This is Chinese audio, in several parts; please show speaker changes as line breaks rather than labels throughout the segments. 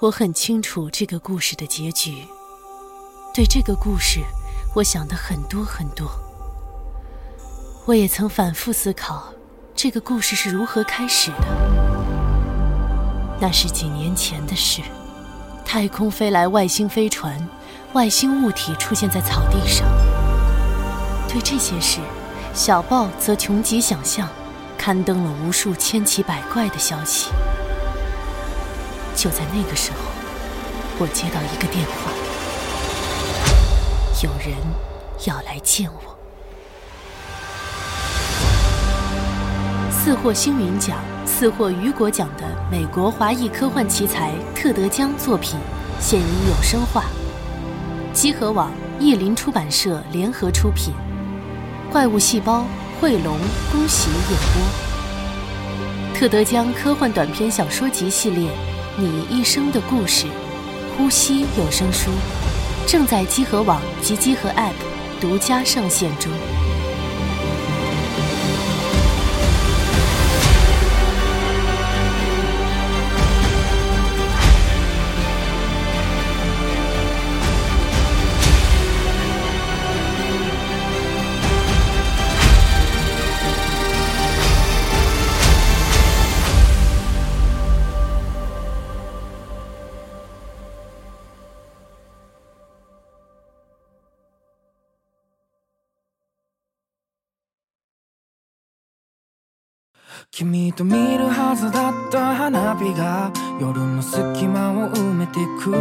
我很清楚这个故事的结局。对这个故事，我想的很多很多。我也曾反复思考，这个故事是如何开始的。那是几年前的事，太空飞来外星飞船，外星物体出现在草地上。对这些事，小报则穷极想象，刊登了无数千奇百怪的消息。就在那个时候，我接到一个电话，有人要来见我。四获星云奖、四获雨果奖的美国华裔科幻奇才特德·江作品现已有声化，积禾网、译林出版社联合出品，《怪物细胞》惠龙、恭喜演播。特德·江科幻短篇小说集系列《你一生的故事》，呼吸有声书正在积禾网及积禾 App 独家上线中。
君と見るはずだった花火が夜の隙間を埋めてく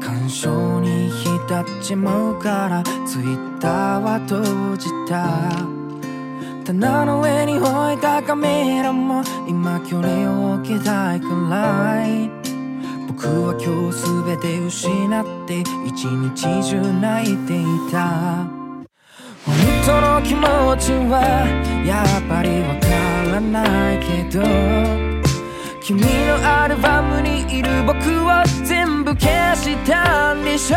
感傷に浸っちまうからツイッターは閉じた棚の上に置いたカメラも今距離を置きたいくらい僕は今日全て失って一日中泣いていた本当の気持ちはやっぱりわからないけど君のアルバムにいる僕を全部消したんでしょ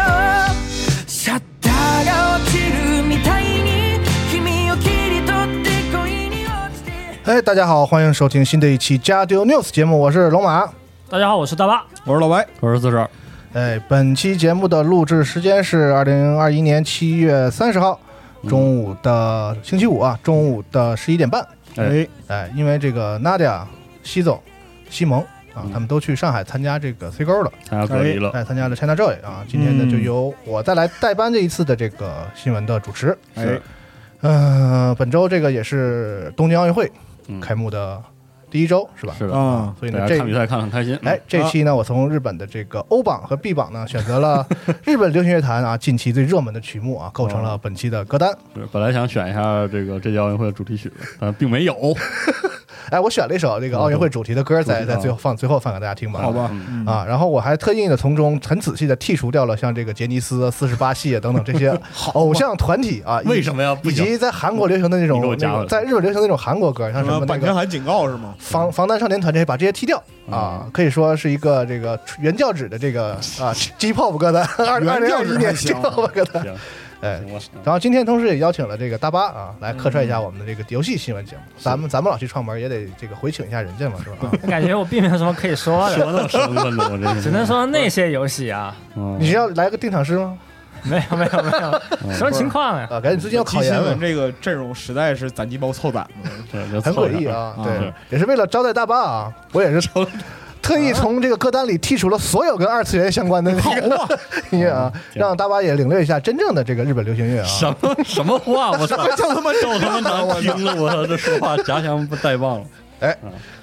シャッターが落ちるみたいに君を切り取って恋に落ちて
哎，大家好，欢迎收听新的一期《加丢 News》节目，我是龙马。
大家好，我是大巴，
我是老白，我是四十二。
哎，本期节目的录制时间是二零二一年七月三十号
嗯
中午的星期五啊，中午的十一点半。
哎，
哎，因为这个 Nadia、西总、西蒙啊，
嗯
他们都去上海参加这个 C 勾了，
参加隔离了。
哎，参加了 China Joy 啊。今天呢，
嗯
就由我再来代班这一次的这个新闻的主持。
哎，
呃，本周这个也是东京奥运会
嗯
开幕的第一周，是嗯吧？
是的，
啊，
所以呢
大，家
这
看比赛看得很开心。嗯
哎，这期
啊
呢，我从日本的这个欧榜和 B 榜呢，选择 了日本流行乐坛啊近期最热门的曲目啊，
哦
构成了本期的歌单。
是本来想选一下这个这届奥运会的主题曲的，但 并没有。
哎，我选了一首这个奥运会主题的歌，在
哦主题
在
啊
最后放最后放给大家听吧。
好吧
嗯，
啊，然后我还特意的从中很仔细的剔除掉了像这个杰尼斯、四十八系啊等等这些 偶像团体啊，
为什么呀？不
以
行，
及在韩国流行的那种
你给我加哦
那
回来
种，在日本流行的那种韩国歌，像
什
什么
么
那
版权
个
函警告是 吗？
防防弹少年团这些，把这些剔掉
嗯
啊，可以说是一个这个原教旨的这 个啊 G-pop 歌单，二二
原
零
教
二一
旨
年
还行啊
G-pop 歌单。
行，
哎，
行吧
然后今天同时也邀请了这个大巴啊来客串一下
嗯
我们的这个游戏新闻节目。咱们咱们老去串门也得这个回请一下人家嘛，是吧？
嗯
啊
感觉我并没有什么可以说
哎
什么
的，
那么生分呢？我真是
只能说那些游戏 啊，
嗯
你是要来个定场诗吗？
没有没有没有，什么情况啊？
啊，赶紧最近要考
新
研了
闻，这个阵容实在是攒鸡毛凑胆子，
对就
很
凑一
诡异
下
啊。
啊
对
是，
也是为了招待大巴啊，我也是特意从这个歌单里剔除了所有跟二次元相关的那个音乐啊，
嗯
让大巴也领略一下真正的这个日本流行乐啊。
什么 什么话？我 操！
就他妈
这他妈难听了！我操，这说话夹枪不带棒了。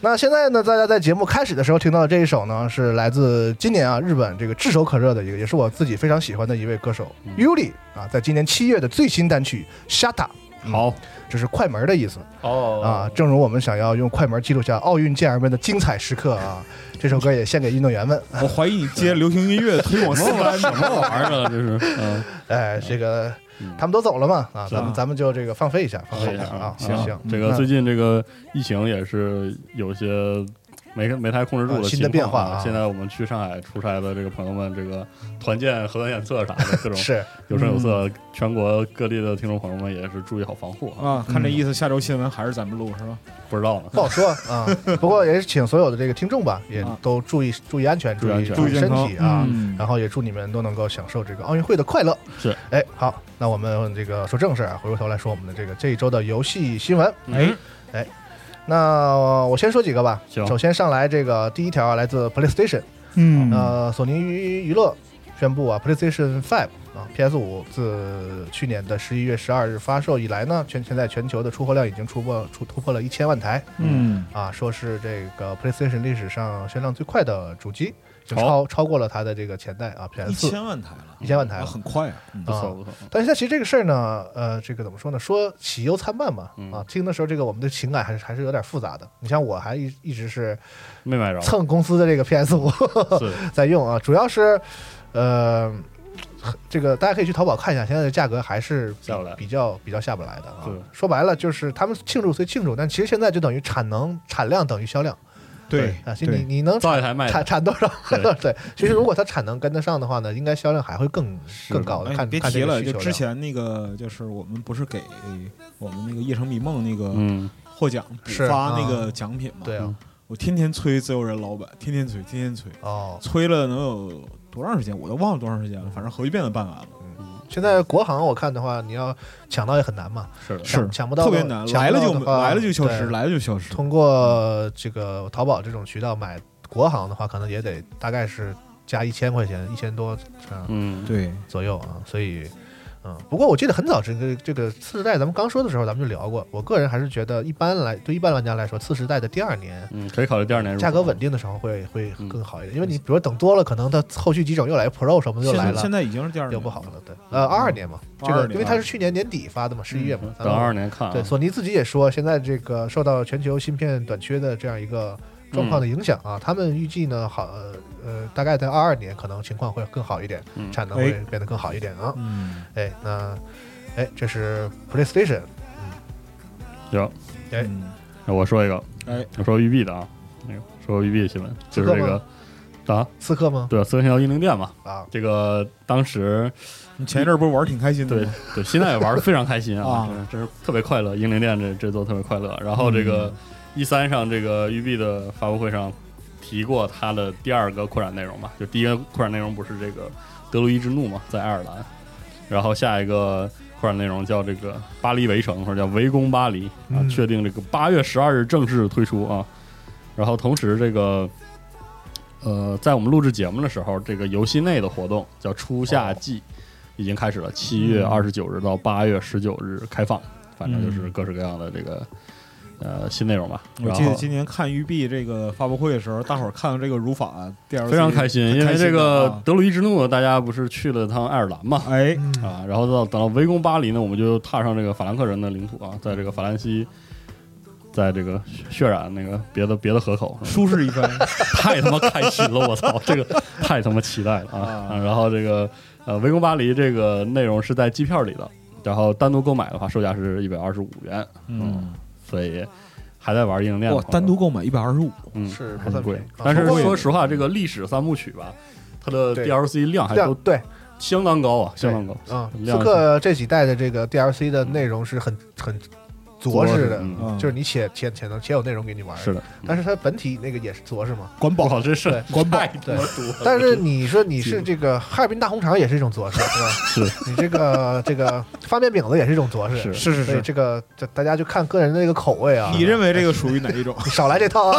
那现在呢，大家在节目开始的时候听到的这一首呢，是来自今年啊日本这个炙手可热的一个，也是我自己非常喜欢的一位歌手
嗯
Yuri 啊，在今年七月的最新单曲《Shata》，
好，
这是快门的意思
哦
啊。正如我们想要用快门记录下奥运健儿们的精彩时刻啊，这首歌也献给运动员们。
我怀疑你接流行音乐推广
什
四
么玩
番
什么玩意儿啊？这 是，嗯，
哎，这个
嗯
他们都走了嘛啊，
是
咱们咱们就这个放飞一下，放啊
好
飞一
一
下
下
啊。
行
行，
这个
那
最近这个疫情也是有些没没太控制住
啊
的
新的变化
情况
啊
现在我们去上海出差的这个朋友们，这个团建、核酸检测啥的，各种
是
有声有
嗯
色。全国各地的听众朋友们也是注意好防护啊，
嗯
啊，看这意思，下周新闻还是咱们录是吧？
不知道呢。
不好说 啊。不过也是请所有的这个听众吧，也
啊
都注意注意安全，
注意
意
安全
注意身体啊。
嗯
然后也祝你们都能够享受这个奥运会的快乐。
是，
哎，好，那我们这个说正事儿啊，回过头来说我们的这个这一周的游戏新闻。
哎，
那我先说几个吧。
行
首先上来这个第一条啊，来自 PlayStation，
嗯
呃，索尼娱娱乐宣布啊，PlayStation Five 啊，PS 五自去年的十一月十二日发售以来呢，全现在全球的出货量已经突破出突破了一千万台
嗯
啊，说是这个 PlayStation 历史上销量最快的主机，已经
好
超超过了它的这个前代啊
一
PS 四
千万台了，
一千万台
啊
了。
很快啊。嗯
不错
啊
不错，
但是它其实这个事儿呢，呃，这个怎么说呢？说喜忧参半吧。
嗯
啊，听的时候这个我们的情感还是还是有点复杂的。你像我还一一直是
没买着，
蹭公司的这个 PS 五
是
在用啊，主要是，呃，这个大家可以去淘宝看一下，现在的价格还是比
下不来
比较比较下不来的啊
对。
说白了就是他们庆祝虽庆祝，但其实现在就等于产能产量等于销量
对
啊，所以你
对，
你能
造一台卖一台
产产多少？
对
对，其实如果它产能跟得上的话呢，应该销量还会更
是
更高的。
哎，
看
别
看
提
这个
了，
需
就
求
之
量。啊
前那个，就是我们不是给我们那个《夜城迷梦》那个
嗯，
获奖补
是
发
啊
那个奖品嘛？
对啊，
我天天催自由人老板，天天催，天天催，
哦，
催了能有多长时间？我都忘了多长时间
嗯
了，反正好几遍都办完了。
现在国行我看的话，你要抢到也很难嘛，
是的，
抢
是
抢不到
特别难，
抢
来
不
了
到
就
的话
来了就消失，
对
来了就消失。
通过这个淘宝这种渠道买国行的话，可能也得大概是加一千块钱，一千多这样
嗯，
对，
左右啊。所以，嗯，不过我记得很早这个这个次时代咱们刚说的时候，咱们就聊过。我个人还是觉得，一般来对一般玩家来说，次时代的第二年。
嗯，可以考虑第二年入手
价格稳定的时候会会
嗯
更好一点，因为你比如说等多了，可能它后续几种又来 Pro 什么又
现
来
在
了，
现在已经是第二
又
年
不好了。对，呃，二二年嘛，
嗯
这
22
个
年
因为它是去年年底发的嘛，十一月嘛，咱
等
们
二二年看啊。
对，索尼自己也说，现在这个受到全球芯片短缺的这样一个状况的
嗯
影响啊，他们预计呢，好呃呃，大概在二二年可能情况会更好一点，
嗯
产能会变得更好一点啊。
嗯，
哎，那哎，这是 PlayStation
行，
哎
嗯
那我说一个，
哎，
我说育碧的啊，那个说育碧的新闻，就是这个啊，
刺客吗？
对，四星桥英灵殿嘛，
啊，
这个当时
你前一阵儿不是玩儿挺开心的
对
吗？
对，现在也玩的非常开心啊，
啊
真是真是特别快乐，英灵殿这这座特别快乐。然后这个 E 三上这个育碧的发布会上提过它的第二个扩展内容吧，就第一个扩展内容不是这个德鲁伊之怒嘛，在爱尔兰，然后下一个。扩展内容叫这个巴黎围城，或者叫围攻巴黎啊，
嗯
确定这个八月十二日正式推出啊。然后同时这个呃，在我们录制节目的时候，这个游戏内的活动叫初夏季，
哦
已经开始了，七月
嗯
二十九日到八月十九日开放，反正就是各式各样的这个呃新内容吧。
嗯我
然
记得
后
今年看育碧这个发布会的时候，大伙儿看到这个如法 DLC
非常开心，因为这
很开
个
心啊
德鲁伊之怒，大家不是去了趟爱尔兰嘛
的啊，哎，
嗯，
啊，然后到等到围攻巴黎呢，我们就踏上这个法兰克人的领土啊，在这个法兰西。在这个血染那个别的别的河口，
舒适一番
太他妈开心了，我操，这个太他妈期待了啊！
啊
啊然后这个呃，《围攻巴黎》这个内容是在机票里的，然后单独购买的话，售价是一百二十五元，
嗯，
所以还在玩应用链
哇，单独购买一百二十五，
嗯
是不
很
算
贵
便宜，啊
但是
不过
说实话，这个历史三部曲吧，它的
对
DLC 量还
量
都
对
相当高啊，相当高。
啊，刺
量
客这几代的这个 DLC 的内容是很很着实的，啊
嗯，
嗯
就是你且且且能且有内容给你玩，
是的，
但是它本体那个也是着实嘛。
管 饱这事
对
管饱
对
这么多，
但是你说你
记
是
住
这个哈尔滨大红肠也是一种着实，是吧？
是
你这个这个发面饼子也是一种着实，
是
是
所以，这个这大家就看个人的这个口味啊。
你认为这个属于哪一种？
你少来这套 啊！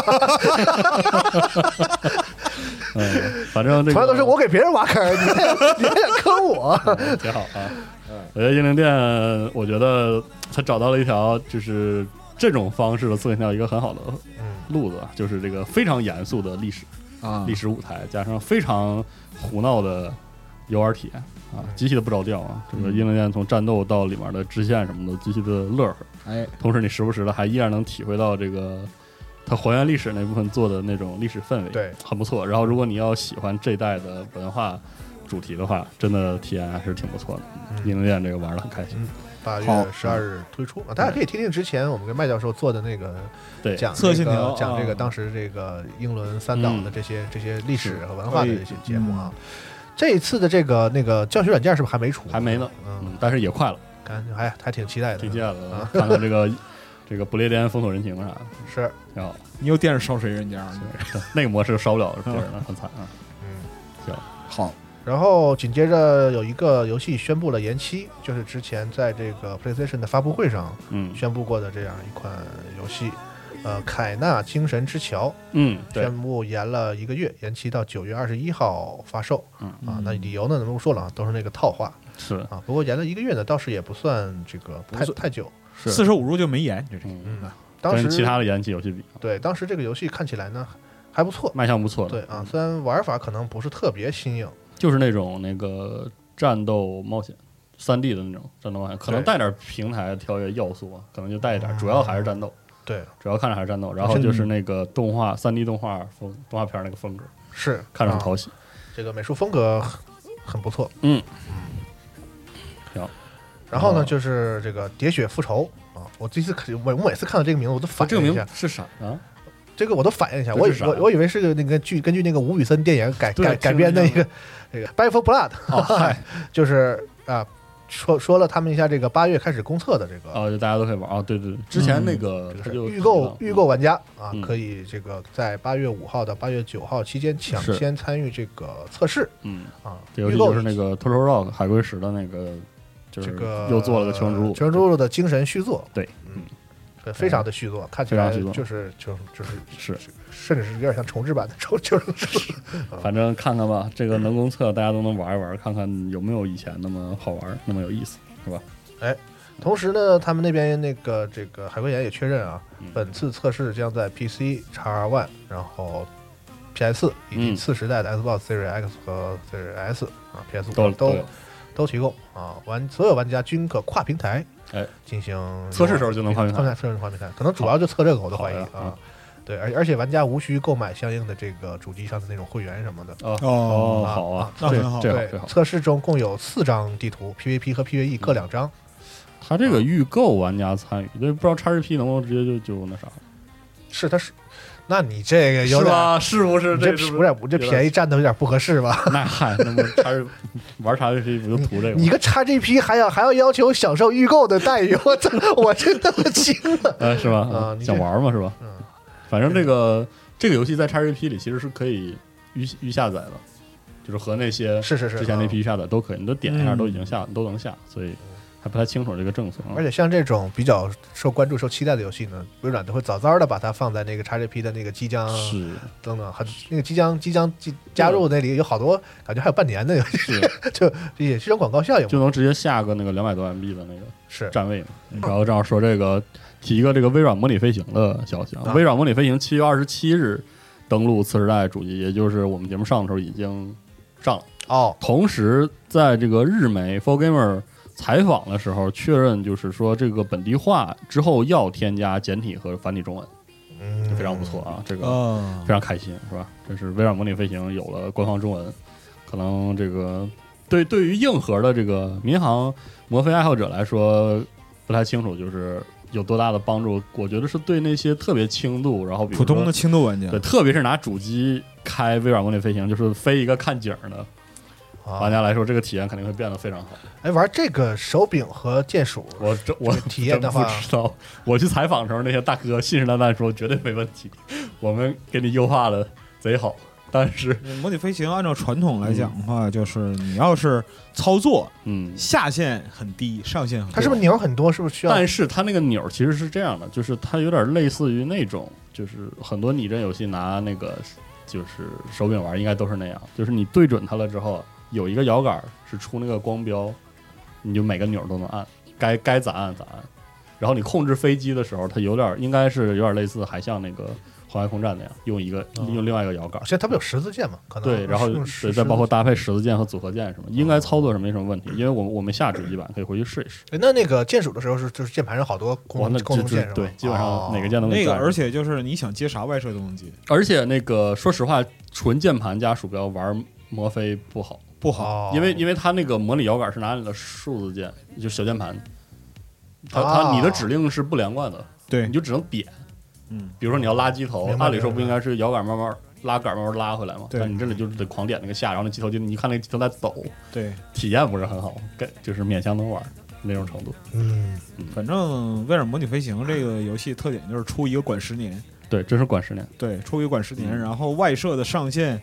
嗯，反正这
从
个
来都是我给别人挖坑儿，你还你还想坑 我？
挺好啊。我觉得英灵殿，我觉得他找到了一条就是这种方式的做一条一个很好的
嗯，
路子啊，就是这个非常严肃的历史
啊
历史舞台，加上非常胡闹的游玩体验
嗯
啊，极其的不着调啊。这个英灵殿从战斗到里面的支线什么的，极其的乐呵。
哎，
同时，你时不时的还依然能体会到这个它还原历史那部分做的那种历史氛围，
对，
很不错。然后，如果你要喜欢这一代的文化主题的话，真的体验还是挺不错的。
嗯
英灵殿这个玩的很开心，
嗯八
好
月十二日推出啊，大家可以听听之前我们跟麦教授做的那个
对
讲
测
这
信
个
条
讲这个
啊
当时这个英伦三岛的
嗯
这些这些历史和文化的
可以
这些节目啊。这一次的这个那个教学软件是不是还没出？
还没呢，
嗯
嗯，，但是也快了，
感觉还还挺期待的，
挺期待的
啊，
看看这个这个不列颠风土人情啥的，
是，
挺好。
你又惦着烧谁人家啊呢？
那个模式烧不了别人了，很惨啊。
嗯。
好，
然后紧接着有一个游戏宣布了延期，就是之前在这个 PlayStation 的发布会上
嗯
宣布过的这样一款游戏，呃，《凯纳精神之桥》
嗯，对，
宣布延了一个月，延期到九月二十一号发售。
嗯
啊，那理由呢，咱们不说了啊，都是那个套话
是
啊。不过延了一个月呢，倒是也不算这个太
不算
太久。
是
四舍五入就没演，这是
嗯，
嗯，当时
跟其他的延期游戏比，
对当时这个游戏看起来呢还不错。
卖相不错
对
的。
啊，，虽然玩法可能不是特别新颖，
就是那种那个战斗冒险。三 D 的那种战斗冒险，可能
对
带点平台跳跃要素啊，可能就带一点，
嗯
主要还是战斗，
对，
主要看着还是战斗，然后就是那个动画三 D 动画风动画片那个风格，
是
看着很
啊
讨喜。
这个美术风格很很不错。
嗯
嗯
行。
然后呢，
哦
就是这个《喋血复仇》啊，我这次看我我每次看到这个名字，我都反
哦这个
应一
名
下
字，是啥啊？
这个我都反应一下，
这
我以
是啥
我我以为是个那个剧根据那个吴宇森电影改
对
改
听着
改编的一
像
个那个《Back for Blood
哦，嗨，》，
就是啊说说了他们一下这个八月开始公测的这个
哦，就大家都可以玩啊。对对，对之前那个
这个
他
是
就
预购预购玩家啊
嗯，
可以这个在八月五号到八月九号期间抢
是
先参与这个测试
嗯，
啊。
这游
预
戏
购
就是那个《Total Rock》海龟石的那个，就
这
是
个
又做了个《全
呃
职
全职路的精神续作，
对，
嗯，呃非常的续作，看起来
非常续作
就是就就是
是，
甚至是有点像重置版的重就是
反正看看吧，这个能公测大家都能玩一玩，看看有没有以前那么好玩，那么有意思，是吧？
同时呢，他们那边那个这个海龟岩也确认啊，
嗯
本次测试将在 PC、x One，然后 PS 以及
嗯
次时代的 Xbox Series X 和 Series S 啊，PS
都
五
都
都
有
都提供啊，玩所有玩家均可跨平台
哎
进行
测试时候就能跨平台哎
测
嗯
试时候就能跨平台，可能主要就测这个我都怀疑
好好呀
啊。对，而而且玩家无需购买相应的这个主机上的那种会员什么的。
啊
哦
好啊，
那
这
很好
这好
对
这，好。
测试中共有四张地图，PVP 和 PVE 各两张。
嗯他这
嗯
个预购玩家参与，对，不知道叉 GP 能不能直接就就那啥，
是，它是，那你这个有点？
是不是
你这有点，这便宜占的有点不合适吧？
那嗨，那么叉玩叉 GP 不就图这个吗？
你个叉 GP 还要还要要求享受预购的待遇，我操，我真他妈惊了！
呃，是吧？
啊你
想
这
玩嘛，是吧？
嗯，
反正这个这个游戏在 XGP 里其实是可以预预下载的，就是和那 些
是是是，
之前那批
嗯。
预下载都可以，你都点一下
嗯
都已经下都能下，所以还不太清楚这个政策啊。
而且像这种比较受关注、受期待的游戏呢，微软都会早早的把它放在那个 XGP 的那个即将
是
等等，很那个即将即将即加入那里有好多，感觉还有半年的游戏，
是，
就也是一种广告效应嘛。
就能直接下个那个两百多 MB 的那个
是
站位嘛。
嗯
然后正好说这个提一个这个微软模拟飞行的消息啊
啊，
微软模拟飞行七月二十七日登陆次时代主机，也就是我们节目上的时候已经上了。
哦，
同时，在这个日媒 f o r Gamer 采访的时候，确认就是说这个本地化之后要添加简体和繁体中文，
嗯，
非常不错。啊，这个
啊
非，常开心是吧？这是微软模拟飞行有了官方中文，可能这个对对于硬核的这个民航摩飞爱好者来说不太清楚，就是有多大的帮助。我觉得是对那些特别轻度，然后比如
普通的
说
轻度玩家
对，，特别是拿主机开微软模拟飞行，就是飞一个看景儿的。玩
啊，
家来说，这个体验肯定会变得非常好。
哎，玩这个手柄和键鼠，
我这我
这个体验的话
真不知道。我去采访的时候，那些大哥信誓旦旦说绝对没问题，我们给你优化的贼好。但是，
模拟飞行按照传统来讲的话，就是你要是操作
嗯，
下限很低，上限很高，
它是不是钮很多？是不是需要？
但是它那个钮儿其实是这样的，就是它有点类似于那种，就是很多拟真游戏拿那个就是手柄玩，应该都是那样，就是你对准它了之后，有一个摇杆是出那个光标，你就每个钮儿都能按，该该咋按咋按。然后你控制飞机的时候，它有点应该是有点类似海象那个环外空战那样，用一个、用另外一个摇杆。
啊现在它不有十字键嘛？可能
对，然后
用
对，
十
再包括
十字
搭配十字键和组合键什么，应该操作上没什么问题，因为我我们下主机版可以回去试一试。
哎那那个键鼠的时候是就是键盘上好多
哇，
功
那
能功
这
能键
这
是吧？
对，基本上哪个
哦
键都能
那个，
占着
而且就是你想接啥外设都能接，
而且那个，说实话，纯键盘加鼠标玩魔飞不好，
不好。
哦
因为因为它那个模拟摇杆是拿你的数字键，就小键盘它
啊
它你的指令是不连贯的，
对
你，就只能点。
嗯，
比如说你要拉机头
明，白
按理说不应该是摇杆慢慢拉杆慢慢拉回来吗？
对
但你这里就是得狂点那个下，然后那机头就你看那个机头在抖，
对，
体验不是很好，跟就是勉强能玩那种程度。
嗯，
反正《威尔模拟飞行》这个游戏特点就是出一个管十年，
对，真是管十年。
对，出一个管十年，
嗯
然后外设的上限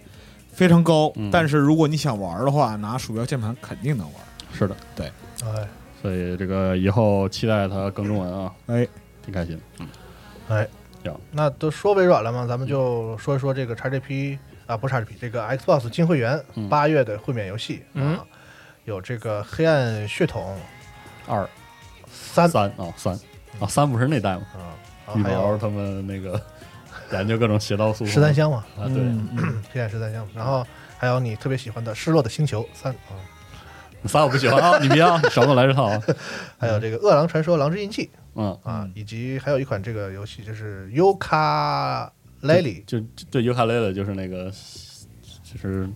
非常高，
嗯
但是如果你想玩的话，拿鼠标键盘肯定能玩。
是的，
哎
所以这个以后期待它更中文啊，
哎，
挺开心。
哎，那都说微软了嘛，咱们就说一说这个 XGP 啊，不是 XGP，这个 Xbox 金会员
嗯
八月的会免游戏
嗯
啊，有这个《黑暗血统
二
三》嗯
三啊三啊三不是那代吗？
啊，
羽
然后还
毛
有
他们那个 研究各种邪道诉讼
十三香嘛，
啊，对，
嗯嗯
黑暗十三香，然后还有你特别喜欢的《失落的星球三》啊，
你仨我不喜欢啊，你别啊，少给我来这套啊。
还有这个《饿狼传说：狼之印记》
嗯，
啊
嗯，
以及还有一款这个游戏就是《尤卡莱里
就就对尤卡雷了，就是那个就是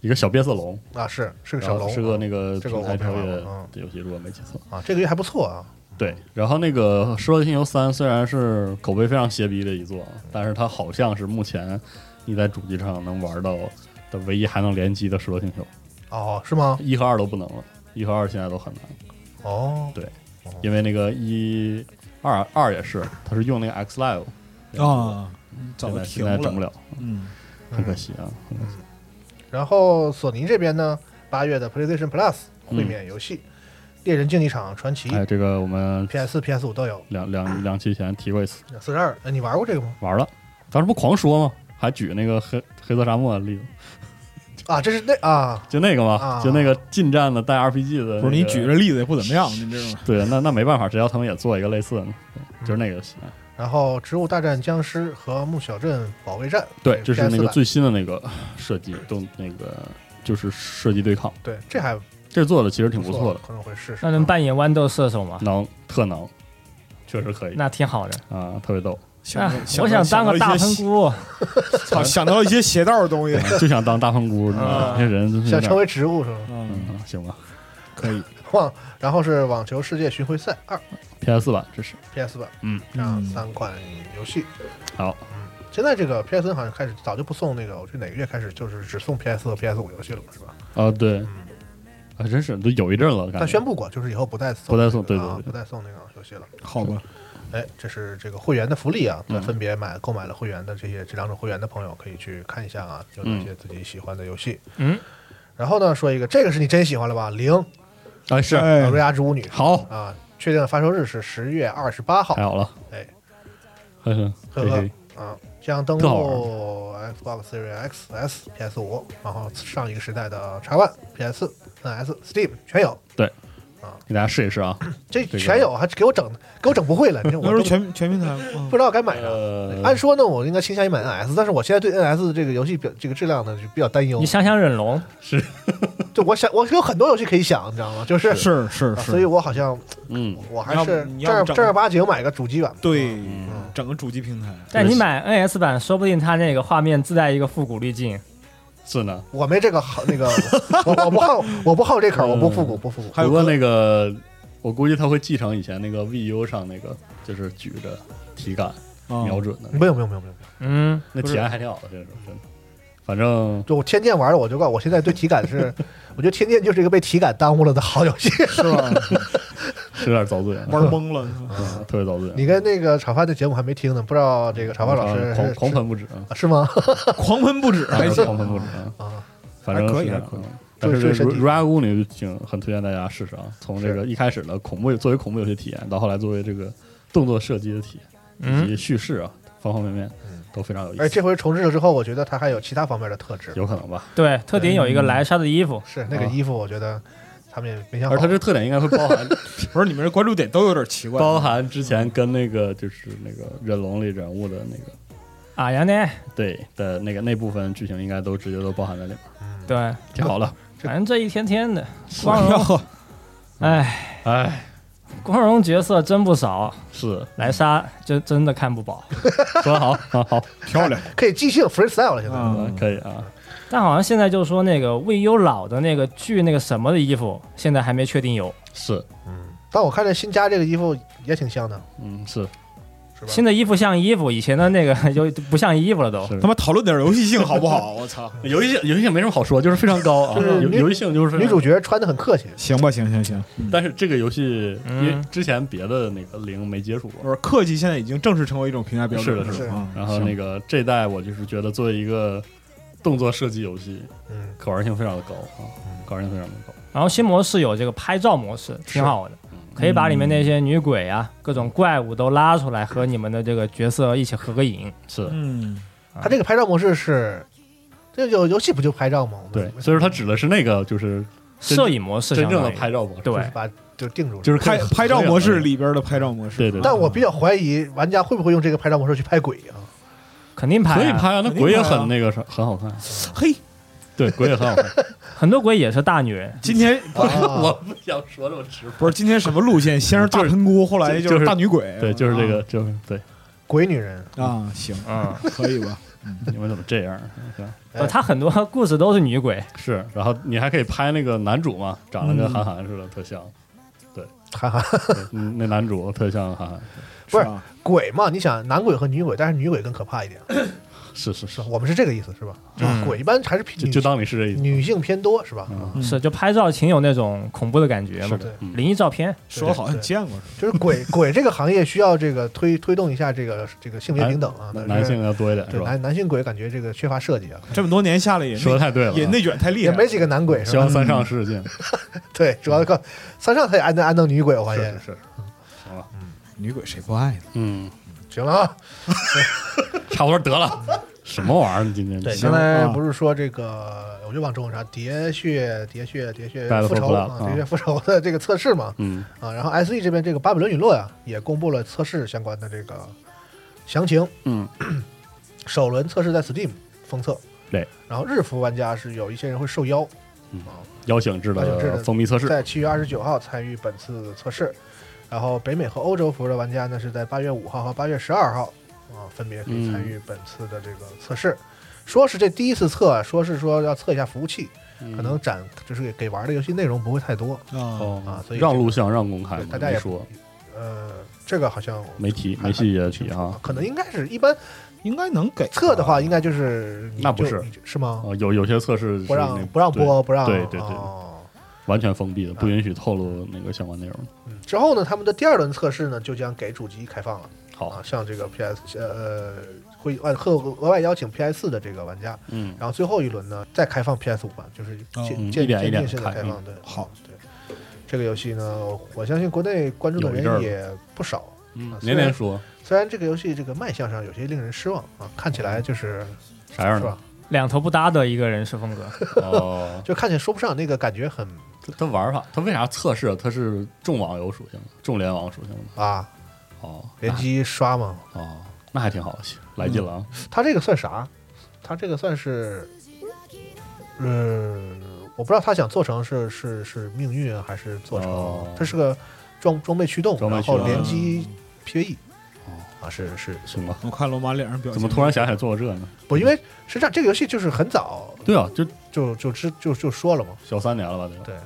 一个小变色龙，》
啊，是是个
然
小
后
龙，啊
是个那个
这个
平
我
台跳
没玩
跃
过嗯
的游戏，如果没记错。
啊，这个月还不错啊，
对，然后那个《失落的星球三》虽然是口碑非常邪逼的一座，但是它好像是目前你在主机上能玩到的唯一还能联机的《失落星球
哦，是吗》，？
一和二都不能了，一和二现在都很难，
哦，
因为那个一二二也是，它是用那个 X Live
啊，
现
早就
在
停
现在整不
了，
了，
嗯，
很可惜啊。很可惜
然后索尼这边呢，八月的 PlayStation Plus 会免游戏，猎人竞技场传
嗯
奇》
嗯哎，这个我们
PS、PS 五都有。
两两两期前提过一次，
四十二，哎，你玩过这个吗？
玩了，当时不狂说吗？还举那个黑黑色沙漠的例子，
啊，这是那啊，
就那个嘛，
啊
就那个近战的带 RPG 的、
不是你举着例子也不怎么样，你这种
对，那那没办法，谁要他们也做一个类似的呢，
嗯
对就是那个游戏。啊
然后《植物大战僵尸》和《木小镇保卫战》
对，这是那
PS
个
版
最新的那个设计，动那个就是设计对抗，
对，这还
这做的其实挺不
不
错的，
可能会试试。
那能扮演豌豆射手吗？
能特能，确实可以
那挺好的。
啊，特别逗，
想
啊
到
我想当个大喷，咕，
想到一些邪操，啊想到一些邪道的东西，
嗯就想当大胖姑，你知道吗
啊
这人真是有
想成
点
为植物是吗？
嗯，
嗯，行吧
可以，
忘，然后是《网球世界巡回赛二》
，PS 版这是，
PS 版，
嗯，
这样
嗯
三款游戏。
好，
现在这个 PSN 好像开始早就不送那个，我记得哪个月开始就是只送 PS 和 PS 五游戏了，是吧？
啊，对，啊，真是都有一阵了，
但
感觉
宣布过，就是以后不再送
不
那
再
个、
送对对
啊
对
不再送那个游戏了。
好吧，
哎，这是这个会员的福利啊！那
嗯
分别买购买了会员的这些这两种会员的朋友可以去看一下啊，有
嗯
哪些自己喜欢的游戏。
嗯，
然后呢，说一个，这个是你真喜欢了吧？零《
哎是
哎
老瑞，亚之舞女》
好，
啊，确定的发售日是十月二十八号
太。好了，
哎，
呵呵，
呵
嘿
呵
嘿，
啊，将登
特好
陆 Xbox Series X、S、PS 5然后上一个时代的 X One、PS、3S、Steam 全有，
给大家试一试啊，
这
这个
全有，还给我整给我整不会了，你看我
那时
都
候全全平台，嗯
不知道该买啥。
呃，
按说呢，我应该倾向于买 NS，但是我现在对 NS 这个游戏表这个质量呢就比较担忧
你。想想忍龙，
就我想，我有很多游戏可以想，你知道吗？就是，
是是
啊
是，
所以我好像
嗯，
我还
要不
是
你
正
要
儿
不
正
整
儿八经买个主机版吧。
对
嗯，
整个主机平台，
但你买 NS 版，说不定它那个画面自带一个复古滤镜。
是呢。
我没这个好那个， 我我我不好我不好这口，我不复古
嗯
不复古。
还有
不过
可
那个，我估计他会继承以前那个 VU 上那个，就是举着体感
嗯
啊
瞄准的，
没有没有没有没有，
嗯，
那体验还挺好的，这种真的。反正
就我天剑玩的，我就告诉我现在对体感是， 我觉得天剑就是一个被体感耽误了的好游戏。
是吧？
是有点遭罪啊，
玩懵了，
嗯特别遭罪啊。
你跟那个炒饭的节目还没听呢，不知道这个炒饭老师
狂
是
狂喷不止啊，
啊是吗？
狂喷不止，还行
狂喷不止啊，
啊，
反正
还可以
是这样
还可以
啊但是
注意
这
身
如
体
如来巫女挺很推荐大家试试啊，从这个一开始的恐怖作为恐怖游戏体验，到后来作为这个动作射击的体验，以及叙事啊，方方面面
嗯
都非常有意
而且
思，
这回重置了之后，我觉得它还有其他方面的特质。
有可能吧？
对，特点有一个莱莎的衣服，
是那个衣服，我觉得他们也没想好。
而它这特点应该会包含
不是你们这关注点都有点奇怪，
包含之前跟那个就是那个忍龙里人物的那个
啊呀呢，
对的那个那部分剧情，应该都直接都包含在里面，
对，
挺好的。
反正这一天天的，光
光
荣，
要
哎，
哎，
光荣角色真不少，
是
莱莎就真的看不饱，
说得好啊，好，
漂亮
可以即兴 freestyle 了，现在、
啊，
可以啊，
但好像现在就说那个未优老的那个剧那个什么的衣服，现在还没确定有，
是，
嗯，但我看这新加这个衣服也挺像的，
嗯，是
是吧？
新的衣服像衣服，以前的那个 就不像衣服了都。
是
他。妈讨论点游戏性好不好？我操！
游戏性游戏性没什么好说，就是非常高啊，
就是
游
女
游戏性就是非常
女主角穿的很客气，
行吧，行行行，
但是这个游戏因
嗯
为之前别的那个零没接触过，
我说客气现在已经正式成为一种评价标准
是的
了，
是的
啊。
然后那个这代我就是觉得作为一个动作射击游戏，
嗯，
可玩性非常的高啊，可玩性非常的高。
然后新模式有这个拍照模式，挺好的，
嗯
可以把里面那些女鬼啊、各种怪物都拉出来，和你们的这个角色一起合个影。
是
嗯，
啊
它这个拍照模式是，这有游戏不就拍照吗？我
对
们，
所以说它指的是那个就是真
摄影模式
真正的
相当于
拍照模式，
就
对
是把就定住了。
就是可以
拍拍照模式
很，
里边的拍照模式，
对对对
但我比较怀疑玩家会不会用这个拍照模式去拍鬼啊？
肯定拍、啊，
可以拍啊，那
肯定
鬼也
拍啊
很那个是很好看，
嘿，
对，鬼也很好看。
很多鬼也是大女人，
今天
我
啊
不想说这么直白，
不是今天什么路 线？先是大喷锅，后来
就是
大女鬼，
对，就是这个，就是对，
鬼女人，
啊，行，
嗯，
可以吧？
你们怎么这 样？对
哎
呃她很多故事都是女鬼，
是，然后你还可以拍那个男主嘛，长得跟韩寒似的，特像。
哈哈，
对嗯那男主特像韩寒，
不是
吧
鬼嘛？你想男鬼和女鬼，但是女鬼更可怕一点，
是是是
是吧，我们是这个意思是吧？啊
嗯
鬼一般还是偏
就
女
就当你是这意思。
女性偏多是吧？啊
嗯
嗯
是就拍照挺有那种恐怖的感觉
是
嘛
的，
嗯
灵异照片，
说的好像见过似
就是鬼 鬼这个行业需要这个推推动一下这个这个性别平等啊，
男
但
男
是
性要多一点是
对
吧？
男男性鬼感觉这个缺乏设计啊，
的，这么多年下来也
说的
内
太对了啊，
也内卷太厉
也
害了，
没几个男鬼是嗯
希
吧？
望三上试试镜，
对，主要靠三上他也安能安到女鬼，我发
嗯是
现
是是，行了，
女鬼谁不爱呢？
嗯，
行了啊。
差不多得了， 什么玩意儿？你今天
对
刚才
啊
不是说这个，我就往中文查，喋血、喋血、喋血
Battle
复
for
仇
Blood，
啊，
啊
喋血复仇的这个测试嘛，
嗯，
啊，然后 S E 这边这个巴比伦陨落呀、也公布了测试相关的这个详情，
嗯，
首轮测试在 Steam 封测，
对，
然后日服玩家是有一些人会受邀，
邀请制
邀请制
的
的
风靡测试，
在七月二十九号参与本次测试，然后北美和欧洲服的玩家呢是在八月五号和八月十二号啊，分别可
嗯
以参与本次的这个测试。说是这第一次测啊，说是说要测一下服务器，
嗯
可能展就是给给玩的游戏内容不会太多，
啊，
哦
啊所以
让
这个
录像让公开
对，大家
哎没
也
说
呃，这个好像
没提
还
没细节提啊，
可能应该是一般
应该能给
测的话，应该就是你
那不
就是你就是吗？
哦，有有些测试是
不
那
让不让
对
播，啊不让
对对对
哦
完全封闭的，不允许透露那个相关内容。
嗯之后呢，他们的第二轮测试呢，就将给主机开放了啊
好，，
像这个 PS 呃会按额额外邀请 PS 四的这个玩家，
嗯，
然后最后一轮呢再开放 PS 五吧，就是
哦
渐
嗯
渐
一点一
渐
点
进性的
看
开放，
嗯
对，
好
对。这个游戏呢，我相信国内关注的
有一阵儿
人
了
也不少。
嗯
啊虽
年
然
年说
虽然这个游戏这个卖相上有些令人失望啊，看起来就是
啥样
是吧
的？
两头不搭的一个人是风格，
哦，
就看起来说不上那个感觉很
它它玩法，它为啥测试？它是重网游属性的，重联网属性的吗。
啊，
哦，
联机刷嘛，
那哦，那还挺好的，来劲了啊！
他这个算啥？他这个算是，呃，我不知道他想做成是是是命运啊还是做成，
哦
它是个装装备驱动，
装备
然
驱动
后联机 PVE
哦，
啊，是是
行吧，
我看罗马脸上表情，
怎么突然想起来做过这呢？
不因为实际上这个游戏就是很早
对啊，就
就就知就就说了嘛，
小三年了吧，对吧？
对，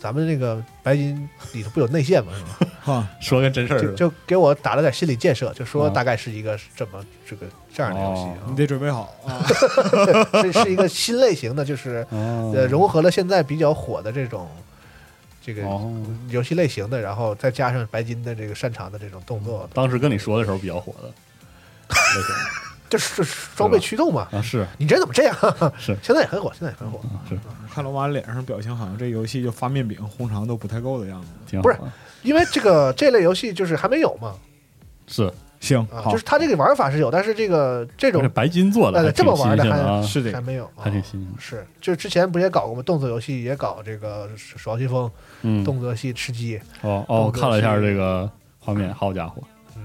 咱们那个白金里头不有内线嘛，是 吧？
啊？
说个真事儿
就
似的，
就给我打了点心理建设，就说
哦
大概是一个这么这个这样的游戏
哦
啊
你，得准备好啊！
是是一个新类型的，就是
哦
呃融合了现在比较火的这种这个
哦，
游戏类型的，然后再加上白金的这个擅长的这种动作，
当时跟你说的时候比较火的，那个
就是就是装备驱动嘛。
啊是
你这怎么这样？
是嗯
现在也很火，现在也很火。嗯
是
看罗马脸上表情，好像这游戏就发面饼、红肠都不太够的样子。
挺好
不是
的，
因为这个这类游戏就是还没有嘛，
是
行，
啊，
好
就是，它这个玩法是有，但是这个这
这
种
白金做的，
呃
还
这
挺
么玩
新
的
鲜
还
啊，
是这
还
个，
没有，
还挺
啊
新鲜的，
是，就之前不也搞过吗？动作游戏也搞这个《守望先锋》，
嗯，
动作戏吃鸡，
哦哦，我看了一下这个画面，好家伙，
嗯，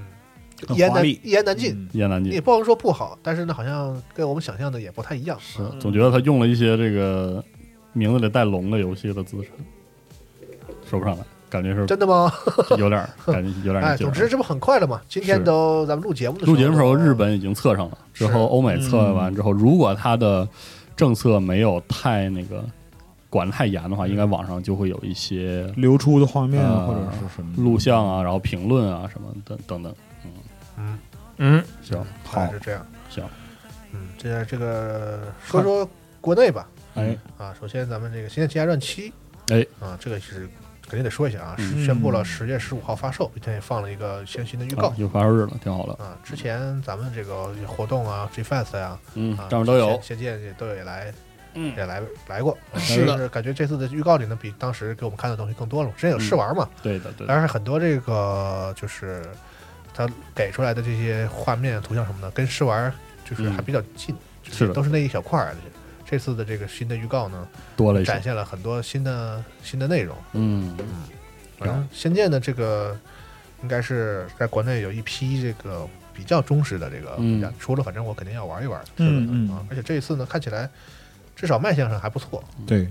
就
很
一言
华
难
丽
一言难尽。
嗯
一言难
你也
尽。
不能说不好，但是呢，好像跟我们想象的也不太一样。啊
是，总觉得他用了一些这个名字里带“龙”的游戏的姿势，说不上来，感觉是
真的吗？
有点儿，感觉有点儿那
哎，
劲儿
总
啊
之这不很快了嘛？今天
是
都咱们录节目的时候，
录节目时候，日本已经测上了，之后欧美测完之后，如果它的政策没有太那个管得太严的话，应该网上就会有一些
流出的画面啊
啊
或者是什么
录像啊，然后评论啊什么等等等。
嗯，
嗯，
行，
还是这样。
行，
嗯，这这个说说国内吧。
哎，
啊，首先咱们这个《仙剑奇侠传七》，
哎，
啊，这个是肯定得说一下啊，
嗯
是宣布了十月十五号发售，并且放了一个相新的预告
啊。有发售日了，挺好的。
啊，之前咱们这个活动啊，GFest 呀、
嗯
啊，，
上面都有
仙仙剑也都有来，
嗯
也来来过。
是的
但感觉这次的预告里呢，比当时给我们看的东西更多了。之前有
嗯
试玩嘛，
对的，对的，
但是很多这个就是他给出来的这些画面、图像什么的，跟试玩就是还
嗯
比较近，就是
的
都是那一小块儿。啊这次的这个新的预告呢，
多了一首
展，现了很多新的新的内容。
嗯，
然后《仙剑》的这个应该是在国内有一批这个比较忠实的这个
嗯
玩家，出了反正我肯定要玩一玩，
嗯
是的
嗯
啊而且这一次呢，看起来至少卖相上还不错，
对，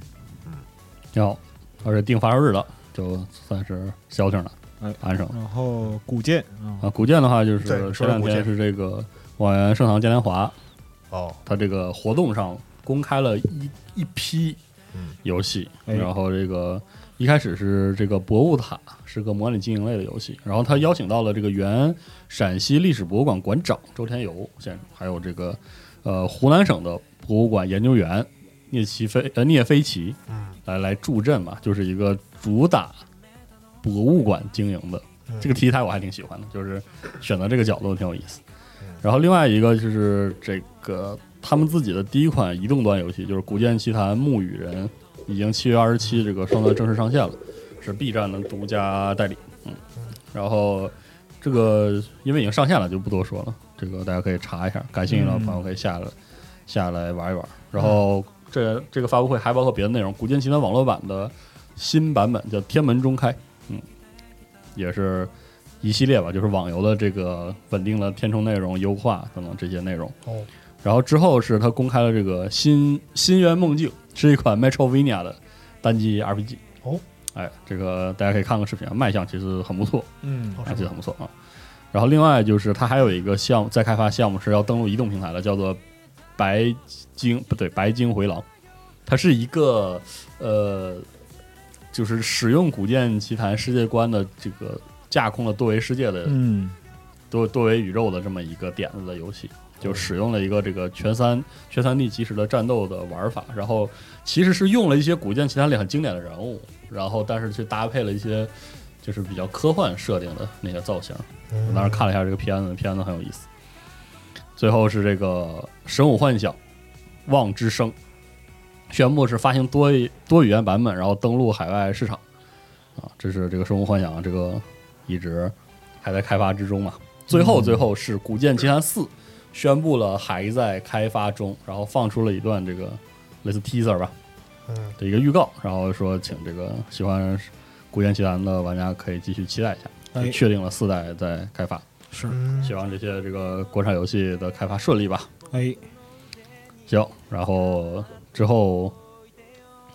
挺好，而且定发售日了，就算是消停了
哎，
安上了。
然后古剑
啊，
啊，
古剑的话就是
对说到
前两
古剑
天是这个网源盛唐嘉年华，
哦，
它这个活动上公开了一一批
嗯
游戏，
哎
然后这个一开始是这个博物塔是个模拟经营类的游戏，然后他邀请到了这个原陕西历史博物馆馆长周天游先生，还有这个呃湖南省的博物馆研究员聂奇飞呃聂飞奇
嗯
来来助阵嘛，就是一个主打博物馆经营的
嗯
这个题材我还挺喜欢的，就是选择这个角度挺有意思
嗯。
然后另外一个就是这个他们自己的第一款移动端游戏，就是《古剑奇谭：木与人》，已经七月二十七这个双端正式上线了，是 B 站的独家代理。嗯，然后这个因为已经上线了，就不多说了。这个大家可以查一下，感兴趣的朋友可以下来、下来玩一玩。然后这这个发布会还包括别的内容，《古剑奇谭》网络版的新版本叫《天门中开》，嗯，也是一系列吧，就是网游的这个稳定的填充内容、优化等等这些内容。
哦，
然后之后是他公开了这个新《新源梦境》，是一款 Metrovania 的单机 RPG。
哦，
哎，这个大家可以看看视频啊，卖相其实很不错，
嗯
哦
啊，
是
这
吗
很不错啊。然后另外就是它还有一个项目在开发项目是要登陆移动平台的，叫做白鲸不对白鲸回廊，它是一个呃，就是使用古剑奇谭世界观的这个架空了多维世界的
嗯，
多多维宇宙的这么一个点子的游戏，就使用了一个这个全三全三 D 即时的战斗的玩法，然后其实是用了一些古剑奇谭里很经典的人物，然后但是去搭配了一些就是比较科幻设定的那些造型。我
嗯
当时看了一下这个片子，片子很有意思。最后是这个《神武幻想：望之声》，宣布是发行多语多语言版本，然后登陆海外市场。啊，这是这个《神武幻想》这个一直还在开发之中嘛。最后，最后是《古剑奇谭四》宣布了还在开发中，然后放出了一段这个类似 teaser 吧
嗯
的一个预告，然后说请这个喜欢《古剑奇谭》的玩家可以继续期待一下，
哎
就确定了四代在开发。
是，
嗯
希望这些这个国产游戏的开发顺利吧。
哎，
行，然后之后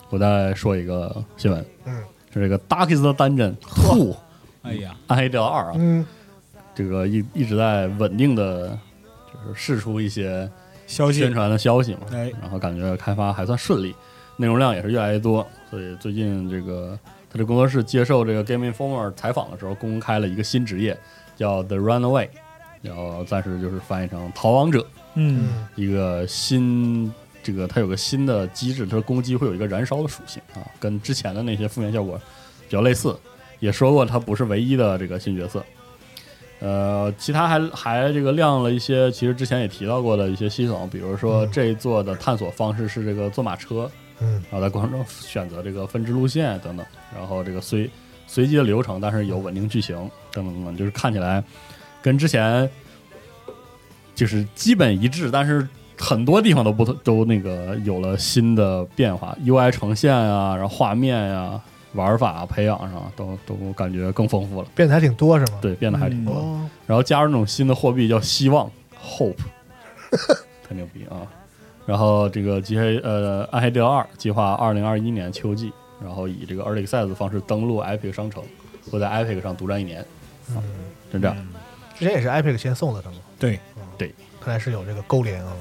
我再说一个新闻，
嗯
是这个《Darkest Dungeon 2》
哎呀，
暗黑之二啊，
嗯
这个一一直在稳定的就是试出一些
消息
宣，传的消息嘛，
哎，
然后感觉开发还算顺利，内容量也是越来越多，所以最近这个他这工作室接受这个 Game Informer 采访的时候，公开了一个新职业叫 The Runaway，然后暂时就是翻译成逃亡者。
嗯，
嗯
一个新这个它有个新的机制，它是攻击会有一个燃烧的属性啊，跟之前的那些负面效果比较类似。也说过它不是唯一的这个新角色，呃，其他还还这个亮了一些，其实之前也提到过的一些系统，比如说
嗯
这一座的探索方式是这个坐马车，
嗯
然后在过程中选择这个分支路线等等，然后这个随随机的流程，但是有稳定剧情等等等等，就是看起来跟之前就是基本一致，但是很多地方都不同都那个有了新的变化，UI 呈现啊，然后画面呀、玩法、培养上啊都都感觉更丰富了，
变得还挺多是吗？
对，变得还挺多。
哦，
然后加入那种新的货币叫希望 （hope），太牛逼啊！然后这个极黑呃《暗黑地牢二》计划二零二一年秋季，然后以这个 early access 的方式登陆 Epic 商城，会在 Epic 上独占一年，啊
嗯，
就这样。
之前也是 Epic 先送的是吗？
对，
对，
看来是有这个勾连啊。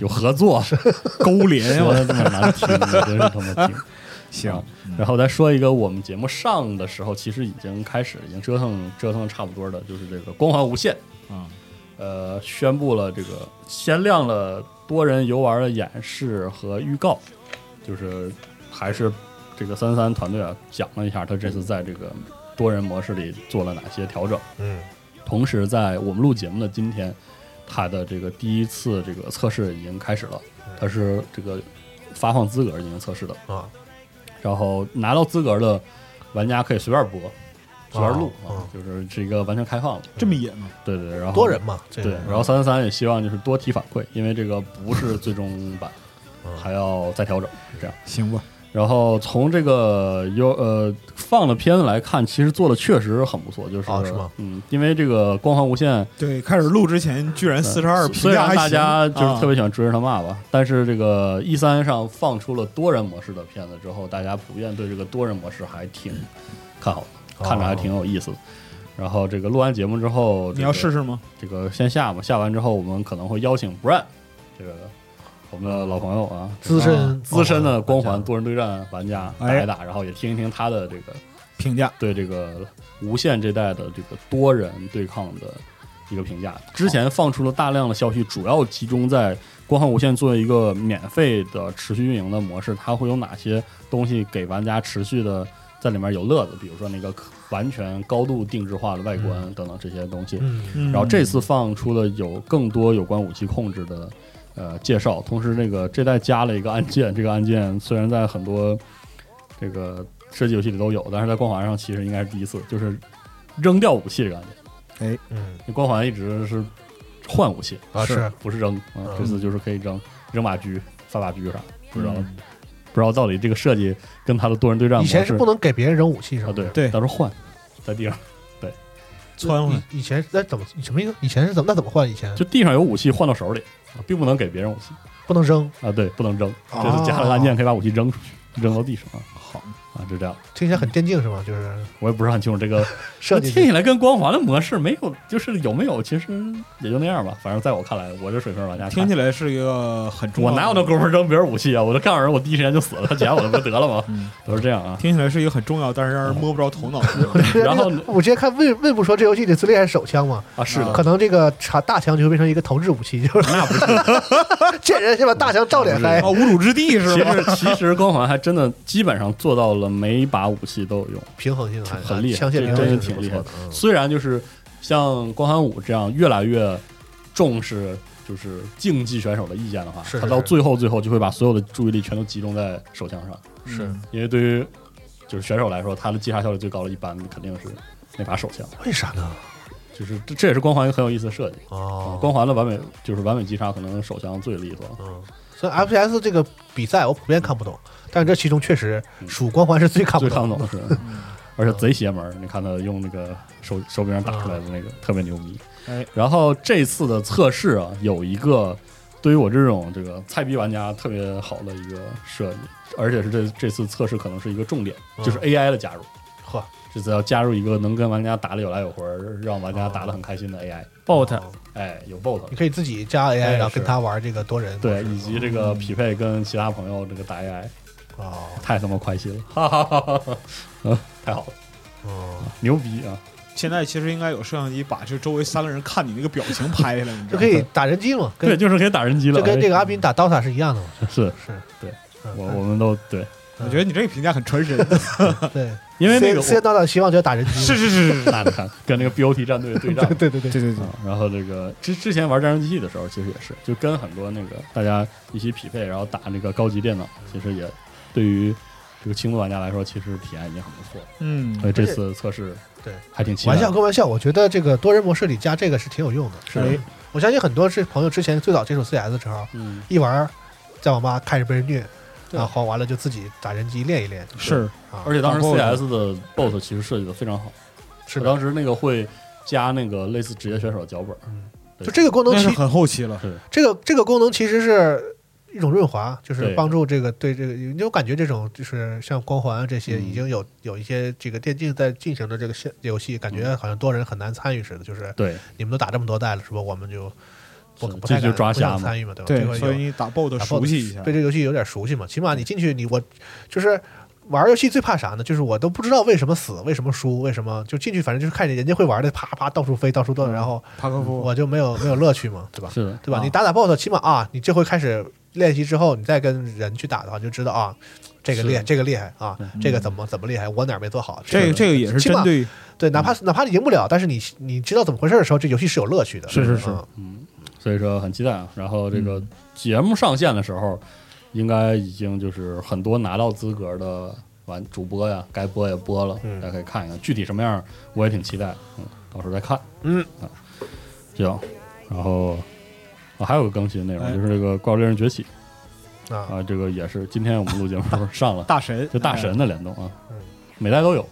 有合作，
勾 连
说
呀，
的这么 难听，真是他妈听。
行，
然后再说一个，我们节目上的时候，其实已经开始，已经折腾折腾的差不多的，就是这个《光环无限》
啊，
呃，宣布了这个先亮了多人游玩的演示和预告，就是还是这个三三团队啊讲了一下他这次在这个多人模式里做了哪些调整。
嗯，
同时，在我们录节目的今天，它的这个第一次这个测试已经开始了，它是这个发放资格进行测试的
啊。
然后拿到资格的玩家可以随便播，随便录
啊
啊，就是是一个完全开放的。
这么野吗？
对对，对然后
多人嘛，这
对
嗯
个，
然后三三三也希望就是多提反馈，因为这个不是最终版，
啊
还要再调整这样。
行吧，
然后从这个有呃放的片子来看，其实做的确实很不错，就是,、
啊是吗
嗯，因为这个《光环无限》
对，开始录之前居然四十二评
虽
价
然
还啊
大家就是特
别
别喜欢追着他骂吧，但是这个 E 三上放出了多人模式的片子之后，大家普遍对这个多人模式还挺看好的，
哦
看着还挺有意思的。然后这个录完节目之后，
你要
这个
试试吗？
这个先下吧，下完之后我们可能会邀请 Brand 这个我们的老朋友啊，
资深
资深的光
环
环多人对战玩家
哎
打一打，然后也听一听他的这个
评价
对这个无限这代的这个多人对抗的一个评价。之前放出了大量的消息，主要集中在光环无限作为一个免费的持续运营的模式，它会有哪些东西给玩家持续的在里面有乐子，比如说那个可完全高度定制化的外观等等这些东西。
嗯
然后这次放出了有更多有关武器控制的呃介绍，同时那个这代加了一个按键，这个按键虽然在很多这个射击游戏里都有，但是在光环上其实应该是第一次，就是扔掉武器这个按键。
嗯
那光环一直是换武器，
啊是
不是扔啊、
嗯
这次就是可以扔扔把狙、发把狙啥，不知道、
嗯
不知道到底这个设计跟他的多人对战
以
模
前是
式
不能给别人扔武器是吧
啊？对
对
到时候换在地上。
窜回来，
以以前那怎么什么意思？以前是怎么那怎么换？以前
就地上有武器换到手里，啊并不能给别人武器
不能扔，
啊，对，不能扔。
哦
这次加了个按键，可以把武器扔出去，扔到地上啊
好，
啊，就这样。
听起来很电竞是吗？就是
我也不是很清楚这个，
设
听
计
起来跟光环的模式没有，就是有没有，其实也就那样吧。反正在我看来，我这水平玩家看
听起来是一个很重要
嗯我
的，
哪有那功夫扔别人武器啊？我就告诉人，我第一时间就死了，他捡我的不得了吗？
嗯
都是这样啊。
听起来是一个很重要，但是让人摸不着头 脑的。
然后呢
我之前看魏魏不说这游戏里最厉害是手枪嘛，
啊，是的，
可能这个长大枪就会变成一个投掷武器，就是
那不是。
见人先把大枪照脸
哎
开
啊，。无主之地是
其
吧？
实其实光环还真的基本上做到了每一把武器都有用。
平衡性还
很厉害
枪械
这
平衡
真是
性
挺
不
厉害
错
的
嗯
虽然就是像光寒武这样越来越重视就是竞技选手的意见的话，
是是
他到最后最后就会把所有的注意力全都集中在手枪上，
嗯
是
因为对于就是选手来说，他的击杀效率最高的一般肯定是那把手枪，
为啥呢？
就是这这也是光环一个很有意思的设计。
哦，
光环的完美就是完美击杀，可能手枪最利索。
嗯，所以 FPS 这个比赛我普遍看不懂，但是这其中确实数光环是最看不
最看
懂
不懂是，而
嗯
且贼邪门儿。你看他用那个手手柄上打出来的那
啊
个，特别牛逼。
哎，
然后这次的测试啊，有一个对于我这种这个菜逼玩家特别好的一个设计，而且是这这次测试可能是一个重点，
嗯
就是 AI 的加入。
啊呵，
这次要加入一个能跟玩家打的有来有回儿，让玩家打得很开心的 AI。
，bot
哎，有 bot，
嗯你可以自己加 AI，
哎
然后跟
是
他玩这个多人
对，以及这个匹配跟其他朋友这个打 AI，
哦，
太他妈开心了，哈哈哈哈哈哈！嗯，太好了，
哦，
牛逼啊！
现在其实应该有摄像机把这周围三个人看你那个表情拍下来，你知
就
道
可
吗？
以打人机嘛，
对，
跟
就是可以打人机了，
就跟这个阿斌打 DOTA 是一样的嘛，
哎是
是嗯
我我们都对，
我觉得你这个评价很传神，
对，
因为 那个
虽然 DOTA 希望就打人机嘛，，
是是是是，
那你看跟那个 BOT 战队对战
对对对
对对对，
啊，然后这个之之前玩战争机器的时候，其实也是就跟很多那个大家一起匹配，然后打那个高级电脑，其实也对于这个轻度玩家来说，其实体验已经很不错了。
嗯
所以这次测试
对
还挺期待
玩
的。
笑归玩笑，我觉得这个多人模式里加这个是挺有用的。
是的，
我相信很多是朋友之前最早接触 CS 的时候，
嗯，
一玩儿在网吧开始被人虐，
对
然后完了就自己打人机练一练。
是
啊，
而且当时
打 BOSS
CS 的 BOSS 其实设计的非常好，
是
我
的，
当时那个会加那个类似职业选手的脚本，
就这个功能
那是
其
很后期了，
这个这个功能其实是一种润滑，就是
对
帮助这个对这个，因为我感觉这种就是像光环啊这些
嗯
已经有有一些这个电竞在进行的这个现游戏，感觉好像多人很难参与似的。就是
嗯对，
你们都打这么多代了，是吧？我们就
是
不不
这
太
就
敢
抓
不想
瞎嘛
参与嘛，对吧？这
对，
回
所以
有
你打 BOT
打 BOT
熟悉一下
对。这个游戏有点熟悉嘛，起码你进去你我就是。玩游戏最怕啥呢？就是我都不知道为什么死，为什么输，为什么就进去，反正就是看见人家会玩的，啪啪到处飞，到处转，然后
帕科夫，
我就没有没有乐趣嘛，对吧？
是的，
对吧？
嗯啊
你打打 BOSS，起码啊，你这回开始练习之后，你再跟人去打的话，就知道啊，这个厉害，这个厉害啊，这个怎么怎么厉害，我哪儿没做好？
嗯这个这个也是
起码
针对嗯
对，哪怕哪怕你赢不了，但是你你知道怎么回事的时候，这游戏是有乐趣的。
是是是
嗯
嗯，所以说很期待啊。然后这个节目上线的时候，应该已经就是很多拿到资格的玩主播呀，该播也播了，
嗯
大家可以看一看具体什么样，我也挺期待，嗯，到时候再看，
嗯
啊，行，然后。啊、还有个更新内容
哎
就是这个《怪物猎人崛起》
啊，
啊，这个也是今天我们录节目的时候上 了，
大神，
就大神的联动啊
嗯，
每代都有，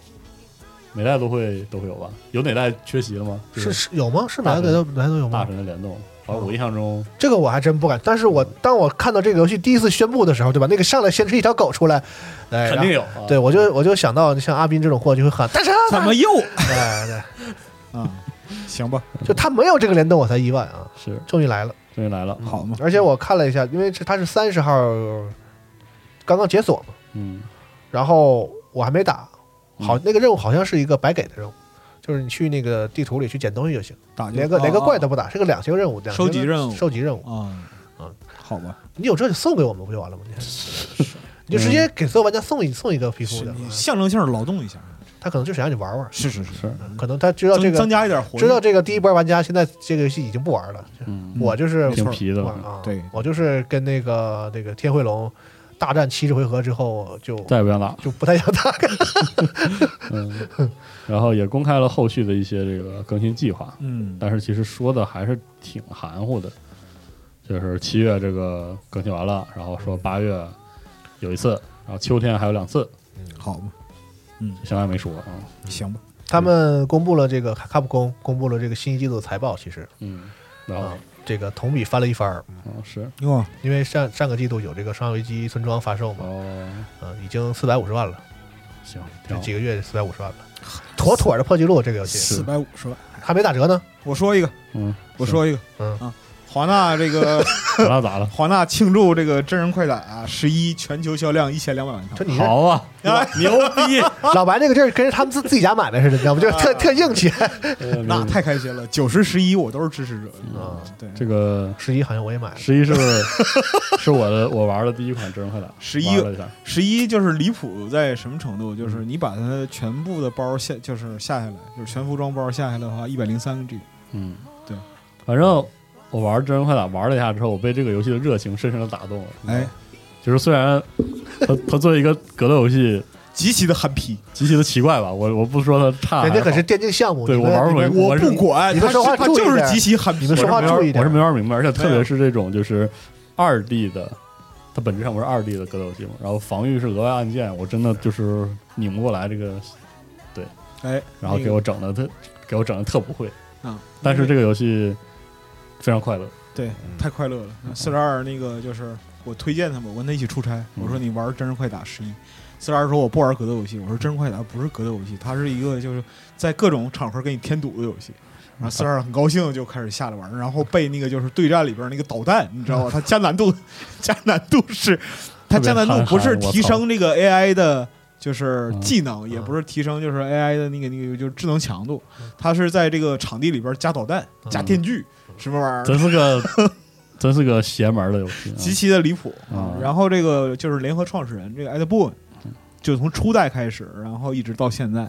每代都会都会有吧？有哪代缺席了吗？
是哦是有吗？是
大
哪个都哪个都有
大
吗？
神的联动，好像我印象中
这个我还真不敢。但是我当我看到这个游戏第一次宣布的时候，对吧？那个上来先是一条狗出来，哎，
肯定
然
有
后
啊。
对我就我就想到像阿斌这种货就会喊大神，
嗯哎怎么又
哎对，
啊？行吧，
就他没有这个联动，我才意外啊，
是
终于来了。
终于来
嗯
了，
好嘛，
而且我看了一下，因为这它是三十号刚刚解锁嘛，
嗯，
然后我还没打，
嗯
好，那个任务好像是一个白给的任务，就是你去那个地图里去捡东西就行，
打就
连个
啊
连个
啊
怪都不打，是个两星任务，两星
收集任务
收集任务，
啊
啊
好吧，你
你有这就送给我们不就完了吗？你看 你就直
嗯
接给所有玩家送一送一个皮肤的，嗯
象征性地劳动一下，
他可能就想让你玩玩，
是是是，
是，
可能他知道这
增增
个
加一点活力，
知道这个第一波玩家现在这个游戏已经不玩了，
嗯，
我就是
挺皮的
我
了
啊，
对
我就是跟那个那个天慧龙大战七十回合之后就
再也不想打了。
就不太想打了。
嗯，然后也公开了后续的一些这个更新计划，
嗯，
但是其实说的还是挺含糊的，就是七月这个更新完了，然后说八月有一次，然后秋天还有两次，
好嘛，
相关没说啊。
嗯
行吧，
他们公布了这个卡卡普空公布了这个新一季度财报，其实
嗯，然后
啊这个同比翻了一番儿，
嗯是
哟，
因为上上个季度有这个《商业危机》村庄发售嘛，
哦，
啊，已经四百五十万了，
行，挺
这
好
几个月四百五十万了，妥妥的破纪录。这个游戏
四百五十万，
还没打折呢，
我说一个，
嗯，
我说一个，
嗯
啊，华纳这个？
那咋了
华纳庆祝这个真人快打十一全球销量一千两百万套
就，你这
好啊，
啊
牛逼！
老白这个劲儿跟着他们自自己家买的似的，你知道吗？就是特特硬气。
那
嗯
太开心了，九十十一我都是支持者，嗯
啊，
对，
这个
十一好像我也买了，
十一是是我的我玩的第一款真人快打，
11
玩了一下，
十一就是离谱在什么程度？就是
嗯
你把它全部的包下，就是下下来，就是全服装包下下来的话，一百零三个 G。
嗯，
对，
反正我玩真人快打玩了一下之后，我被这个游戏的热情深深的打动了。
哎，
就是虽然它它作为一个格斗游戏
极其的憨批，
极其的奇怪吧，我我不说它差还
人
好，
家可是电竞项目，
对
你
我
们
玩不明白，
我
是
不管，
你们
他
说话
他
注意
就是
点
极其憨批
你们。说话
我是没玩
注意点啊
我是没玩明白，而且特
没
别
有
是这种就是二 D 的，它本质上不是二 D 的格斗游戏嘛，然后防御是额外按键，我真的就是拧不过来这个，
哎，
然后给我整的特给我整的特不
嗯
会，
那个啊，
但是这个游戏非常 快乐，
对太快乐了。四十二那个就是我推荐他们，我跟他一起出差，我说你玩真人快打十一。四十二说我不玩格斗游戏，我说真人快打不是格斗游戏，它是一个就是在各种场合给你添堵的游戏。然后四十二很高兴就开始下来玩，然后被那个就是对战里边那个导弹，你知道吧？它加难度，加难度是它加难度不是提升这个 AI 的。就是技能，也不是提升，就是 AI 的那个那个，就是智能强度，它是在这个场地里边加导弹、加电锯，什么玩意儿？
真是个真是个邪门的游戏啊，
极其的离谱
啊
然后这个就是联合创始人这个艾德布恩，就从初代开始，然后一直到现在，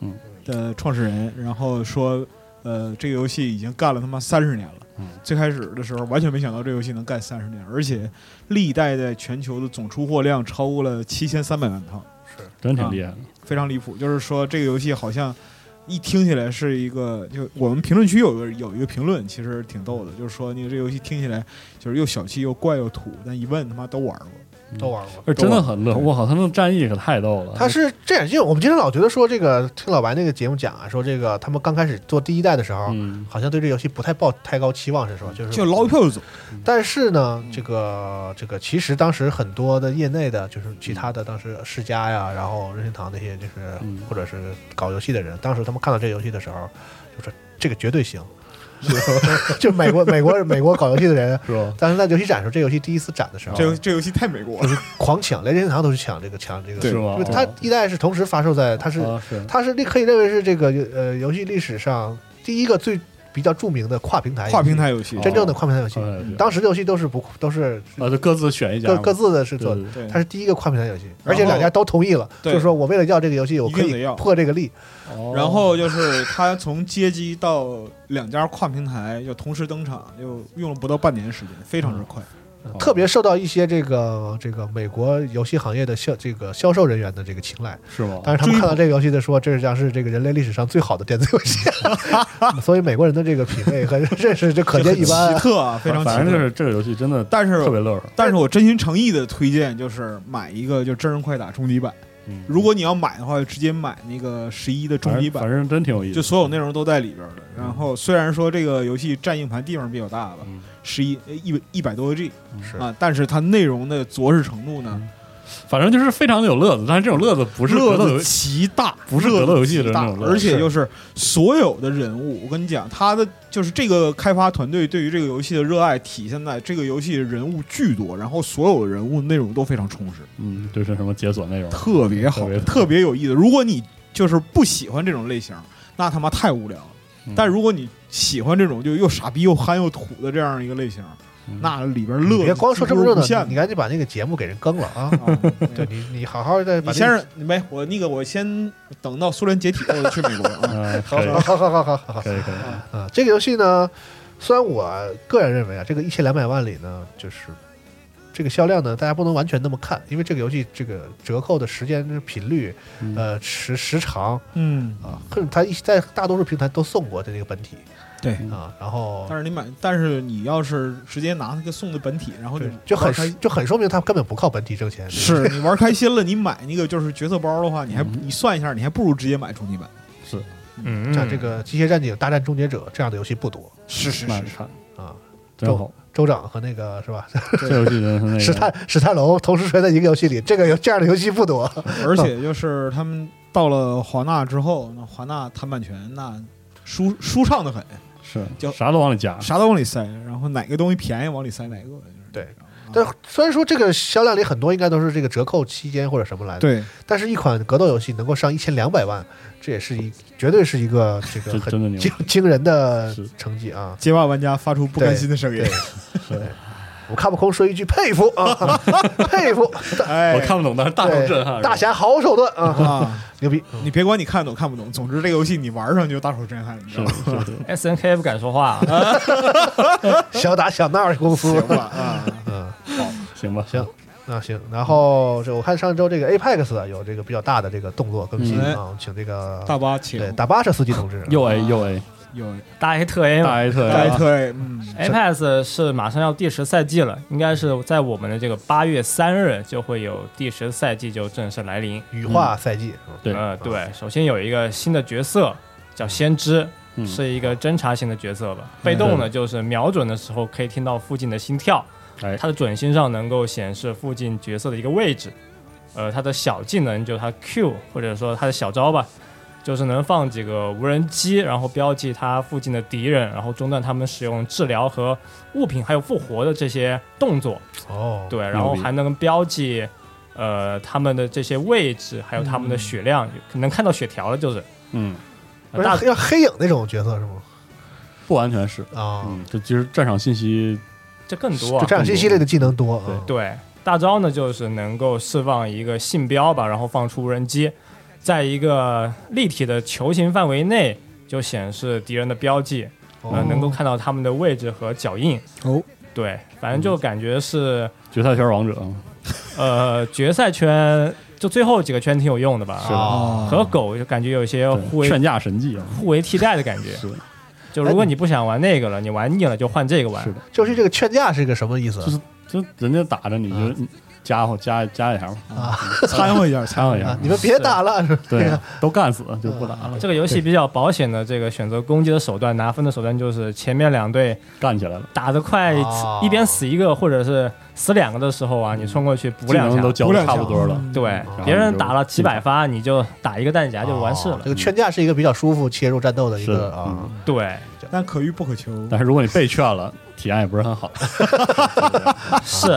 嗯
的创始人，然后说，呃，这个游戏已经干了他妈三十年了。
嗯
最开始的时候完全没想到这游戏能干三十年，而且历代在全球的总出货量超过了七千三百万套，
真挺厉害的。
非常离谱。就是说这个游戏好像一听起来是一个，就我们评论区有个有一个评论，其实挺逗的，就是说那个这游戏听起来就是又小气又怪又土，但一问他妈都玩过。
都玩过。
而哎真的很乐，我靠，他那战役可太逗了。
他是这样，因为我们经常老觉得说这个，听老白那个节目讲啊，说这个他们刚开始做第一代的时候，
嗯，
好像对这游戏不太抱太高期望，是说就是
就捞一票就走。
但是呢，这个这个其实当时很多的业内的，就是其他的当时世嘉呀，然后任天堂那些，就是
嗯
或者是搞游戏的人，当时他们看到这个游戏的时候，就说这个绝对行，就美国美国美国搞游戏的人，
是吧？
当时在游戏展的时候，这游戏第一次展的时候，
这游这游戏太美国了，
狂抢，连任天堂都是抢这个抢这个，
对哦
是
因
吗
为？它一代是同时发售在，它是
啊是
它是可以认为是这个呃游戏历史上第一个最比较著名的跨平台游戏
跨平台游戏哦
哦，
真正的跨平台游戏。
哦对
当时的游戏都是不都是
啊，就各自选一家
各
嘛，
各自的是
对
做
对
的，
对
对
它是第一个跨平台游戏，而且
然后
两家都同意了，就
对
是说我为了要这个游戏，我可
一定得
以
要
破这个例。
哦
然后就是它从街机到两家跨平台就同时登场，又用了不到半年时间，非常之快。
哦
特别受到一些这个这个美国游戏行业的销这个销售人员的这个青睐。
是吗？
当时他们看到这个游戏的说，这将是这个人类历史上最好的电子游戏，所以美国人的这个品味和认识就可见一斑
奇
啊。
特啊，非常奇
反正就
特。
是这个游戏真的
但是
特别乐呵。
但是我真心诚意的推荐，就是买一个就真人快打终极版。
嗯
如果你要买的话，就直接买那个十一的终极版
反，正反正真挺有意思
就
的。
所有内容都在里边的。然后虽然说这个游戏占硬盘地方比较大吧，
嗯
十一呃一一百多个 G
是
啊，但是它内容的着实程度呢，
反正就是非常的有乐子，但是这种乐子嗯不是格斗游
乐子
戏，
极大，
不是
乐
格
子
斗游戏的
极大
那种乐子
而且
是
就是所有的人物，我跟你讲，他的就是这个开发团队对于这个游戏的热爱体现在这个游戏人物巨多，然后所有人物内容都非常充实，
嗯，就是什么解锁内容，
特别好
特别，
特别有意思。如果你就是不喜欢这种类型，那他妈太无聊了。
嗯
但如果你喜欢这种就又傻逼又憨又土的这样一个类型，
嗯
那里边
你
乐
别光说这么热
热
闹
无，限
你
的。
赶紧把那个节目给人更了啊！
啊
对你，你好好的把
你
这
先，是没我那个，我先等到苏联解体后我就去美 国啊。
啊，可
好
以
好好好好好好好
可以可以，
啊！这个游戏呢，虽然我个人认为啊，这个一千两百万里呢，就是这个销量呢，大家不能完全那么看，因为这个游戏这个折扣的时间频率，
嗯
呃，时时长
嗯，
啊，可能它一在大多数平台都送过的那个本体
对。
啊，然后
但是你买，但是你要是直接拿那个送的本体，然后
对
你
就
玩
很
开
就很说明他根本不靠本体挣钱，
是你玩开心了，你买那个就是角色包的话，你还
嗯
你算一下，你还不如直接买终极版。
嗯，
像这个《机械战警：大战终结者》这样的游戏不多
是是
那
是，
看
啊。
真好，
州长和那个是吧？
这游戏真的是那个
史泰史泰龙同时摔在一个游戏里，这个游这样的游戏不多。
而且就是他们到了华纳之后，那华纳谈版权那舒舒畅的很，
啊是
就
啥都往里加，
啥都往里塞，然后哪个东西便宜往里塞哪个。就是
对
这
但
样啊
虽然说这个销量里很多应该都是这个折扣期间或者什么来的，
对，
但是一款格斗游戏能够上一千两百万，这也是一绝对是一 个这个
这
很
真的牛
惊 惊人的
是
成绩啊！
街霸玩家发出不甘心的声音
对。我看不空说一句佩服 啊，佩服！
哎，
我看不懂，但是大受
对
震撼。
大侠好手段 啊，
啊，
牛逼！
你别管你看懂看不懂，总之这个游戏你玩上就大受震撼，你知
是
道
吧
吗？
是吧是吧
S N K 不敢说话，啊
小打小闹的功夫
行，吧 啊，
嗯。
行吧，
行那行，然后这我看上周这个 Apex 啊有这个比较大的这个动作更新
嗯
啊，请这个
大巴请
对大巴车司机同志啊
又 A 又 A，
有
大 A 特 A
大
嘛
A 特 A，
大推，嗯，
，Apex 是马上要第十赛季了，应该是在我们的这个八月三日就会有第十赛季就正式来临。
羽化赛季，嗯
对
呃，对，首先有一个新的角色叫先知，
嗯
是一个侦查型的角色吧。被动呢，就是瞄准的时候可以听到附近的心跳
哎，
它的准星上能够显示附近角色的一个位置。呃，它的小技能就是它 Q 或者说它的小招吧，就是能放几个无人机，然后标记它附近的敌人，然后中断他们使用治疗和物品还有复活的这些动作。
哦，
对，然后还能标记，呃，他们的这些位置，还有他们的血量，能看到血条了，就是呃
嗯，
嗯不
大
是要黑影那种角色是吗？
不完全是，
啊，
嗯，就其实战场信息
这更多
就
啊。
战场信息类的技能多啊，
对，大招呢就是能够释放一个信标吧，然后放出无人机，在一个立体的球形范围内就显示敌人的标记，
哦
呃，能够看到他们的位置和脚印。
哦，
对，反正就感觉是，
决赛圈王者，嗯
呃，决赛圈就最后几个圈挺有用的吧。
是的
啊，
和狗就感觉有一些互
对
为
劝架神技啊，
互为替代的感觉。
是
就如果你不想玩那个了，你玩腻了就换这个玩。
是的，
就是这个劝架是个什么意思啊？
就是就人家打着你就你加伙加加一下嘛，
掺啊 和一下，
掺和一
啊
下，
你们别打了，是吧
对，啊都干死就不打了，
这个游戏比较保险的，这个选择攻击的手段、拿分的手段就是前面两队
干起来了，
打得快，
哦
一边死一个或者是死两个的时候啊，你冲过去补
技
两
能
下嗯
都，交
补
的
两下
差不多了，
对
后，
别人
就
打了几百发，你就打一个弹夹就完事
哦
了
这。个劝架是一个比较舒服切入战斗的一
是
个
的，
啊，
嗯
对，
对
但可遇不可求。
但是如果你被劝了，体验也不是很好。
是，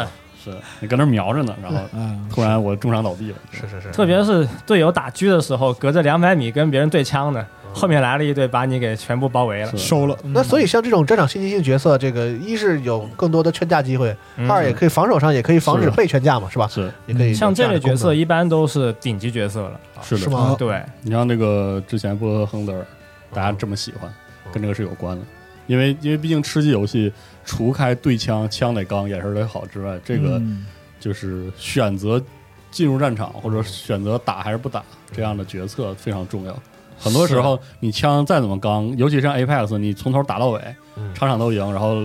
是你搁那儿瞄着呢，然后
嗯，
突然我重伤倒地了。
是是是，
特别是队友打狙的时候，隔着两百米跟别人对枪呢，后面来了一队，把你给全部包围了。
是
收了。
那所以像这种战场信息性角色，这个一是有更多的劝架机会，
嗯
二也可以防守上也可以防止
是的
被劝架嘛，是吧？
是
啊
也可以有
像
这
这
样的
类角色
功
一般都是顶级角色了，
是
能是
的，
吗？
对，
你像这个之前波特亨德尔，大家这么喜欢，跟这个是有关的。因为因为毕竟吃鸡游戏，除开对枪枪得刚眼神得好之外，这个
嗯
就是选择进入战场或者选择打还是不打这样的决策非常重要。很多时候你枪再怎么刚，尤其像 Apex，你从头打到尾，
嗯
场场都赢，然后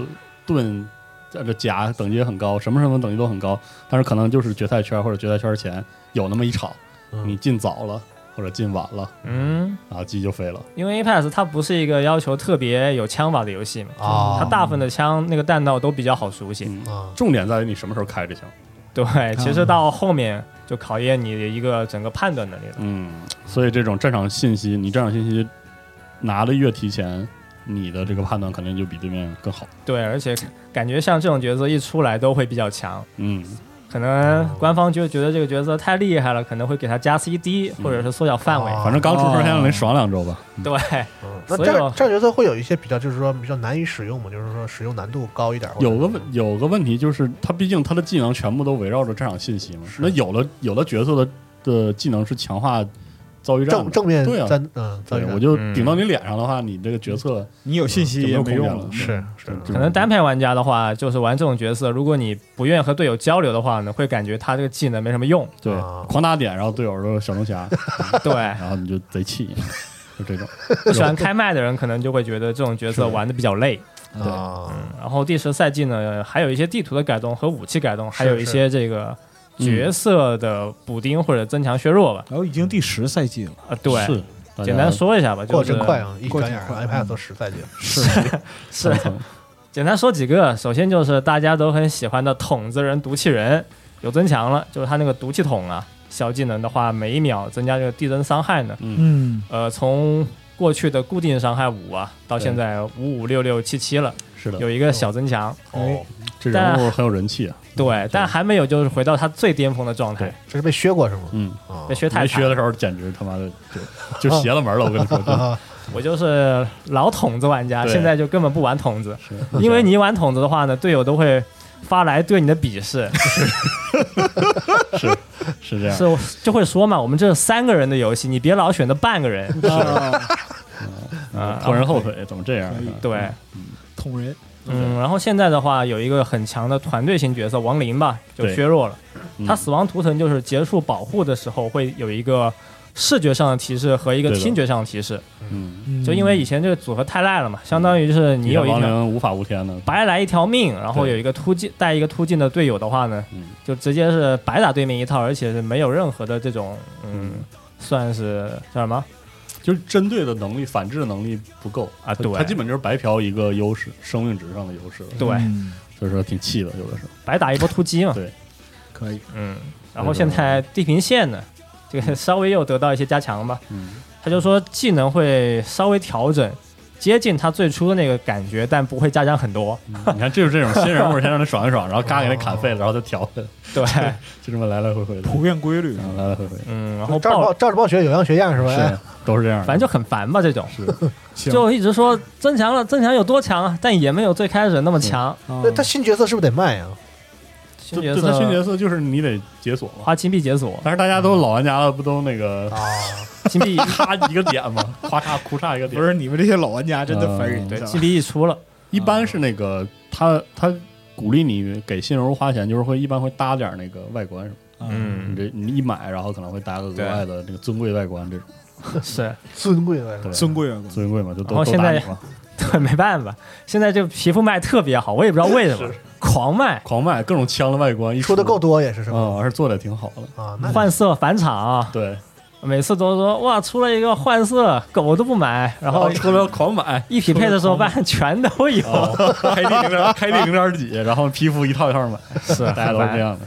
盾呃这甲等级也很高，什么什么等级都很高，但是可能就是决赛圈或者决赛圈前有那么一场，
嗯
你进早了或者进晚了，
嗯，
然后鸡就飞了。
因为 Apex 它不是一个要求特别有枪法的游戏嘛，
啊
哦
它大部分的枪那个弹道都比较好熟悉。
嗯，
啊，
重点在于你什么时候开这枪。
对，其实到后面就考验你的一个整个判断能力了。
嗯，所以这种战场信息，你战场信息拿的越提前，你的这个判断肯定就比对面更好。
对，而且感觉像这种角色一出来都会比较强，
嗯，
可能官方就觉得这个角色太厉害了，可能会给他加 CD 或者是缩小范围。
哦
反正刚出生先让你爽两周吧。
对，
嗯那
所
这
以我
样这样角色会有一些比较，就是说比较难以使用嘛，就是说使用难度高一点。或者
有个问有个问题就是，他毕竟他的技能全部都围绕着战场信息嘛。那有的有的角色的的技能是强化遭遇战
正
的，
正面
对啊
战，嗯，遭
对
遇，战
我就
嗯
顶到你脸上的话，你这个角色
你有信息
嗯就没
也
有
没
空间
用
了
了。
是是
就，
可能单排玩家的话，就是玩这种角色，如果你不愿意和队友交流的话呢，会感觉他这个技能没什么用。
对
啊
狂打点，然后队友都是小 龙虾， 哎
对，
然后你就贼气，就这种。
不喜欢开麦的人可能就会觉得这种角色玩的比较累。
啊，
然后第十赛季呢，还有一些地图的改动和武器改动，还有一
是
些这个角色的补丁或者增强削弱吧。
然后已经第十赛季了，
啊，对，
是大家
简单说一下吧，
过得
就是
真快啊，一
过
转
得
眼
真快
嗯
iPad 都十赛季了，
是
是
层层
简单说几个，首先就是大家都很喜欢的筒子人、毒气人有增强了，就是他那个毒气筒啊，小技能的话，每一秒增加这个递增伤害呢。
嗯，
呃，从过去的固定伤害五啊，到现在五五六六七七了，
是的，
有一个小增强。
哎
哦，
这人物很有人气啊。
对，但还没有就是回到他最巅峰的状态
对。
这是被削过是吗？
嗯，
啊
被，削太
没
惨
学
了，
的时候简直他妈的就就邪了门了，我跟你 说，真的
我就是老筒子玩家，
对
现在就根本不玩筒子，
是
因为你一玩筒子的话呢，队友都会发来对你的鄙视，
是是这样。
是就会说嘛，我们这是三个人的游戏，你别老选的半个人，
啊
啊
拖嗯人后腿，怎么这样
可以？
对，
捅人，
嗯，然后现在的话有一个很强的团队型角色亡灵吧，就
对
削弱了。
嗯
他死亡图腾就是结束保护的时候会有一个视觉上的提示和一个
对的
听觉上的提示，
嗯，
嗯
就因为以前这个组合太烂了嘛，相当于就是你有一
亡
条
灵无法无天呢，
白来一条命，然后
对
有一个突进带一个突进的队友的话呢
嗯，
就直接是白打对面一套，而且是没有任何的这种嗯，算是叫什么？
就是针对的能力、反制的能力不够
啊
他
对
他基本就是白嫖一个优势，生命值上的优势了，
对，
嗯
所以说挺气的，有的时候。
白打一波突击嘛。
对
可以，
嗯，然后现在地平线呢，这个稍微又得到一些加强吧。
嗯，
他就说技能会稍微调整，接近他最初的那个感觉，但不会加强很多。
你看就是这种新人物，先让他爽一爽，然后嘎给他砍废了，然后再调的，嗯
对，
就这么来来回回的，
普遍规律
然。后来来回回，
嗯，然后
哦照着
爆啊
报，照着报学，有样学样是吧？哎
是啊都是这样的，
反正就很烦吧这种。
行
就一直说增强了，增强有多强啊？但也没有最开始那
嗯
么强。
啊
那他新角色是不是得卖啊？
新
就
角
对他新角
色
色就是你得解锁 嘛。
花金币解锁，
但是大家都老玩家了，不都那 个
啊，
金币
咔一个点 吗？咔嚓哭嚓一个点
不。是你们这些老玩家真的烦
嗯
人，
啊对
知道吧
金币一出了，
一般是那个他他鼓励你给新人物花钱，就是会一般会搭点那个外观什么。
啊
你
嗯，
这你一买，然后可能会搭个额外的那个尊贵外观这种，
嗯是
尊贵的
对
尊贵啊，
尊贵嘛，就都
然后
都
现
搭
在
你嘛，
对，没办法，现在这皮肤卖特别好，我也不知道为什么，狂卖，
狂卖各种枪的外观，一
出的够多也是
嗯
是吧？
啊，而且做的挺好的。
啊，那
换色返场，
对，
每次都说哇出了一个换色，狗都不买，然后
哦出了狂买，哦
一匹配的时候发现全都有，
开地零点开地零点几，然后皮肤一套一套买，
是
大家都是这。样的。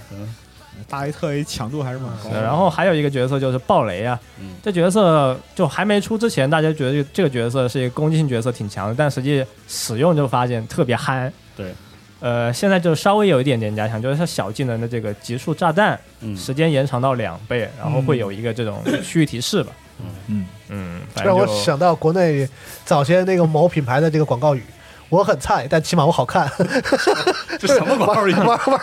大 A 特 A 强度还是蛮高的。
然后还有一个角色就是暴雷啊，
嗯
这角色就还没出之前，大家觉得这个角色是一个攻击性角色，挺强的，但实际使用就发现特别憨。
对，
呃，现在就稍微有一点点加强，就是它小技能的这个极速炸弹
嗯，
时间延长到两倍，然后会有一个这 种区域提示吧。
嗯，
嗯，反正
让我
就
想到国内早些那个某品牌的这个广告语。我很菜，但起码我好看。
这什么广告语？嗯
玩玩玩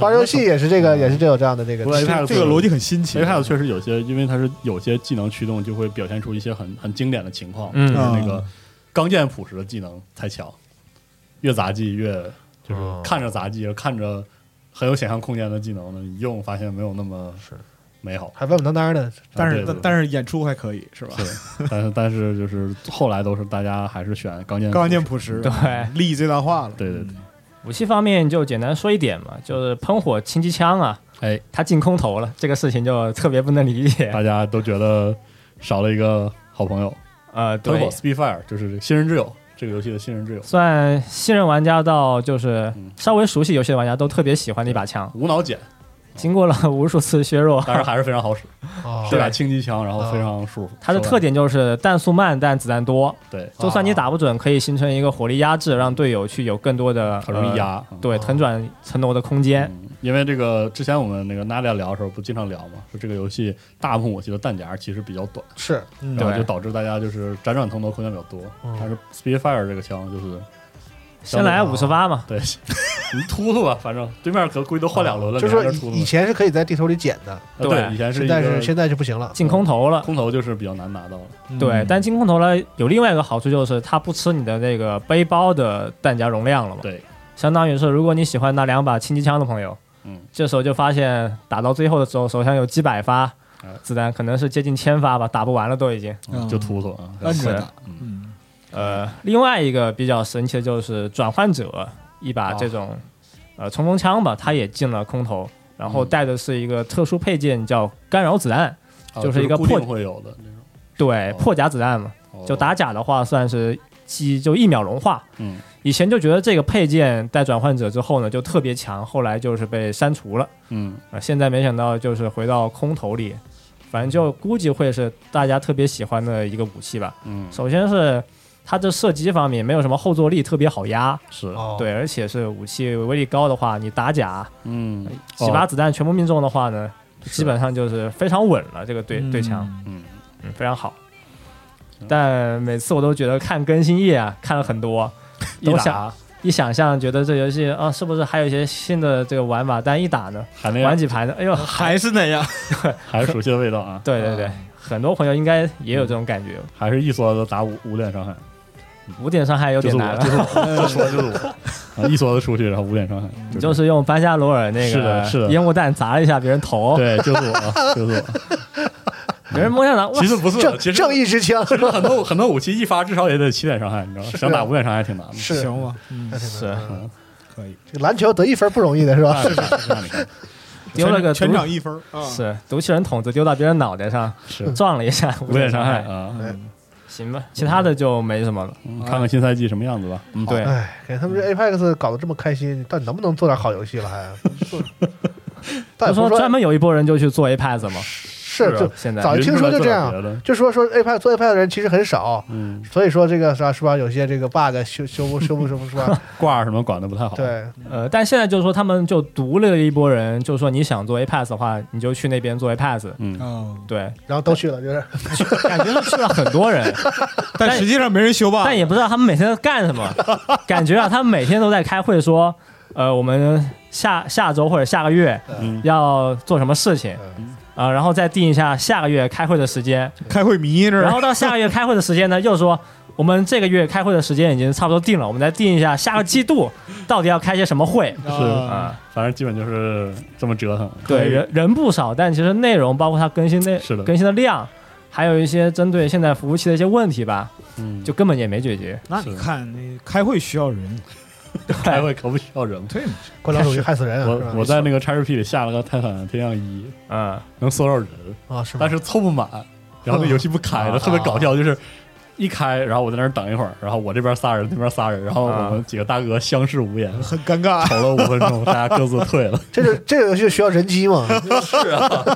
玩游戏也是这个，也是这有这样的这个
不。过 A 派
这个逻辑很新奇。啊
，A 派确实有些，因为它是有些技能驱动，就会表现出一些很很经典的情况，
嗯
啊
就是那个钢剑朴实的技能太强，越杂技越就是
哦
看着杂技，看着很有想象空间的技能呢，你用发现没有那么
是
美好。
还稳稳当当的，
但
啊
是
对
但
对
但是演出还可以是吧？
对，但是但是就是后来都是大家还是选钢剑，
刚刚念朴实，
对
利益最大化了。
对对对，
武器方面就简单说一点嘛，就是喷火轻机枪啊，
哎，啊
它进空投了，这个事情就特别不能理解。
大家都觉得少了一个好朋友，
呃，
喷
对
火，Speedfire 就是新人之友，这个游戏的新人之友，
算新人玩家到就是
嗯
稍微熟悉游戏的玩家都特别喜欢的一把枪，
无脑捡，
经过了无数次削弱，
但是还是非常好使，
哦
是把轻机枪，然后非常舒服。
它的特点就是弹速慢但子弹多，
对，
就算你打不准，可以形成一个火力压制，让队友去有更多的
啊很容易，压。
呃对，腾转层楼的空间。
嗯，因为这个之前我们那个娜姐聊的时候不经常聊嘛，说这个游戏大部分我记得弹夹其实比较短，
是
嗯
然后就
对嗯
导致大家就是辗转腾挪空间比较多。但是 Speedfire 这个枪就是
先来
哦
五十发嘛，
对， 你突突吧，反正对面可估计都换两轮了，
嗯啊就是
你
说
还突突
以以前是可以在地头里捡的，
啊对，
对
以前是一
但是
个
现在就不行了。
进空投了。
空投就是比较难拿到了。
嗯
对，但进空投呢，有另外一个好处就是它不吃你的那个背包的弹夹容量了嘛。
对，
相当于是如果你喜欢拿两把轻机枪的朋友，
嗯，
这时候就发现打到最后的时候，手上有几百发
哎
子弹，可能是接近千发吧，打不完了都已经。
嗯
嗯
就突突啊，
摁着
是
打，嗯，
呃，另外一个比较神奇的就是转换者一
哦
把这种、呃冲锋枪吧，它也进了空投，然
嗯
后带的是一个特殊配件叫干扰子弹，
啊
就是一个
固定
破
会有的那种
对，
哦
破甲子弹嘛，
哦
就打假的话算是击就一秒融化。
嗯，
以前就觉得这个配件带转换者之后呢就特别强，后来就是被删除了。
嗯
啊、现在没想到就是回到空投里，反正就估计会是大家特别喜欢的一个武器吧。
嗯
首先是它的射击方面没有什么后坐力，特别好压，
是
哦，
对，而且是武器威力高的话，你打假
嗯
几
哦
发子弹全部命中的话呢，
是
基本上就是非常稳了。这个对对枪，
嗯
嗯，非常好。但每次我都觉得看更新页啊，看了很多，
一
都想
打啊
一想象觉得这游戏啊是不是还有一些新的这个玩法？但一打呢，
还那
玩
样
几盘呢， 哎呦，
还是那样。
还是熟悉的味道啊，
对对对，很多朋友应该也有这种感觉，
还是一梭子打五五点伤害，
五点伤害有
嗯就
点
是
难
我，
了
就。是我，说的就是 我，啊一梭子出去然后五点伤害，
你就是用班加罗尔那
是的
个
是的
烟雾弹砸了一下别人
哦
头，
对，就是 我，就是我，
别人摸下来，哇
其，实不是，
正
其实
正义之枪
其实很多很多武器一发至少也得七点伤害，你知道吗？想打五点伤害挺难的。
啊是
行吧，嗯，
是
可以，
这个篮球得一分不容易啊的是吧？
是是是，那你看
丢了个
全
毒
场一分啊，
是毒气人筒子丢到别人脑袋上，
是
撞了一下，
五点伤害
害，
啊！
哎
行吧，其他的就没什么了。
嗯看看新赛季什么样子吧。嗯，
对，
哎，给他们这 Apex 搞得这么开心，但能不能做点好游戏了 还？做但
就
也不
说
是
专门有一波人就去做 Apex 嘛，
是
啊
就
现在
早
云
听
出
说
来
就
做
这
点
样
别的
就说说 Apex 做 Apex 的人其实很少，
嗯，
所以说这个是吧？是吧？有些这个 bug 修修不修不什么是 吧？
挂什么管的不太好。，
对，
呃，但现在就是说他们就独立了一波人，就说你想做 Apex 的话，你就去那边做 Apex。
嗯，
哦，
对，
然后都去了， 就是
感觉是去了 很 多人，
但实际上没人修吧？
但也不知道他们每天在干什么，感觉啊，他们每天都在开会说，呃，我们下下周或者下个月
嗯
要做什么事情，
嗯
啊、然后再定一下下个月开会的时间，
开会迷啊这
然后到下个月开会的时间呢，又说我们这个月开会的时间已经差不多定了，我们再定一下下个季度到底要开些什么会
是，
啊、
反正基本就是这么折腾。
对，人人不少，但其实内容包括它更新内
是的
更新的量，还有一些针对现在服务器的一些问题吧，
嗯，
就根本也没解决。
那你看，那开会需要人，
开会可不需要人。
对嘛，
官僚主义害死人啊！是吧
我我在那个 XRP 里下了个《泰坦天降一》，
嗯，
能搜到人，
啊是吗
嗯但？是凑不满，然后那游戏不开了，特别搞笑，就是一开，然后我在那儿等一会儿，然后我这边仨人，那边仨人，然后我们几个大哥相视无言，
很尴尬。
瞅了五分钟，大家各自退了。
这个这个游戏需要人机嘛？
哎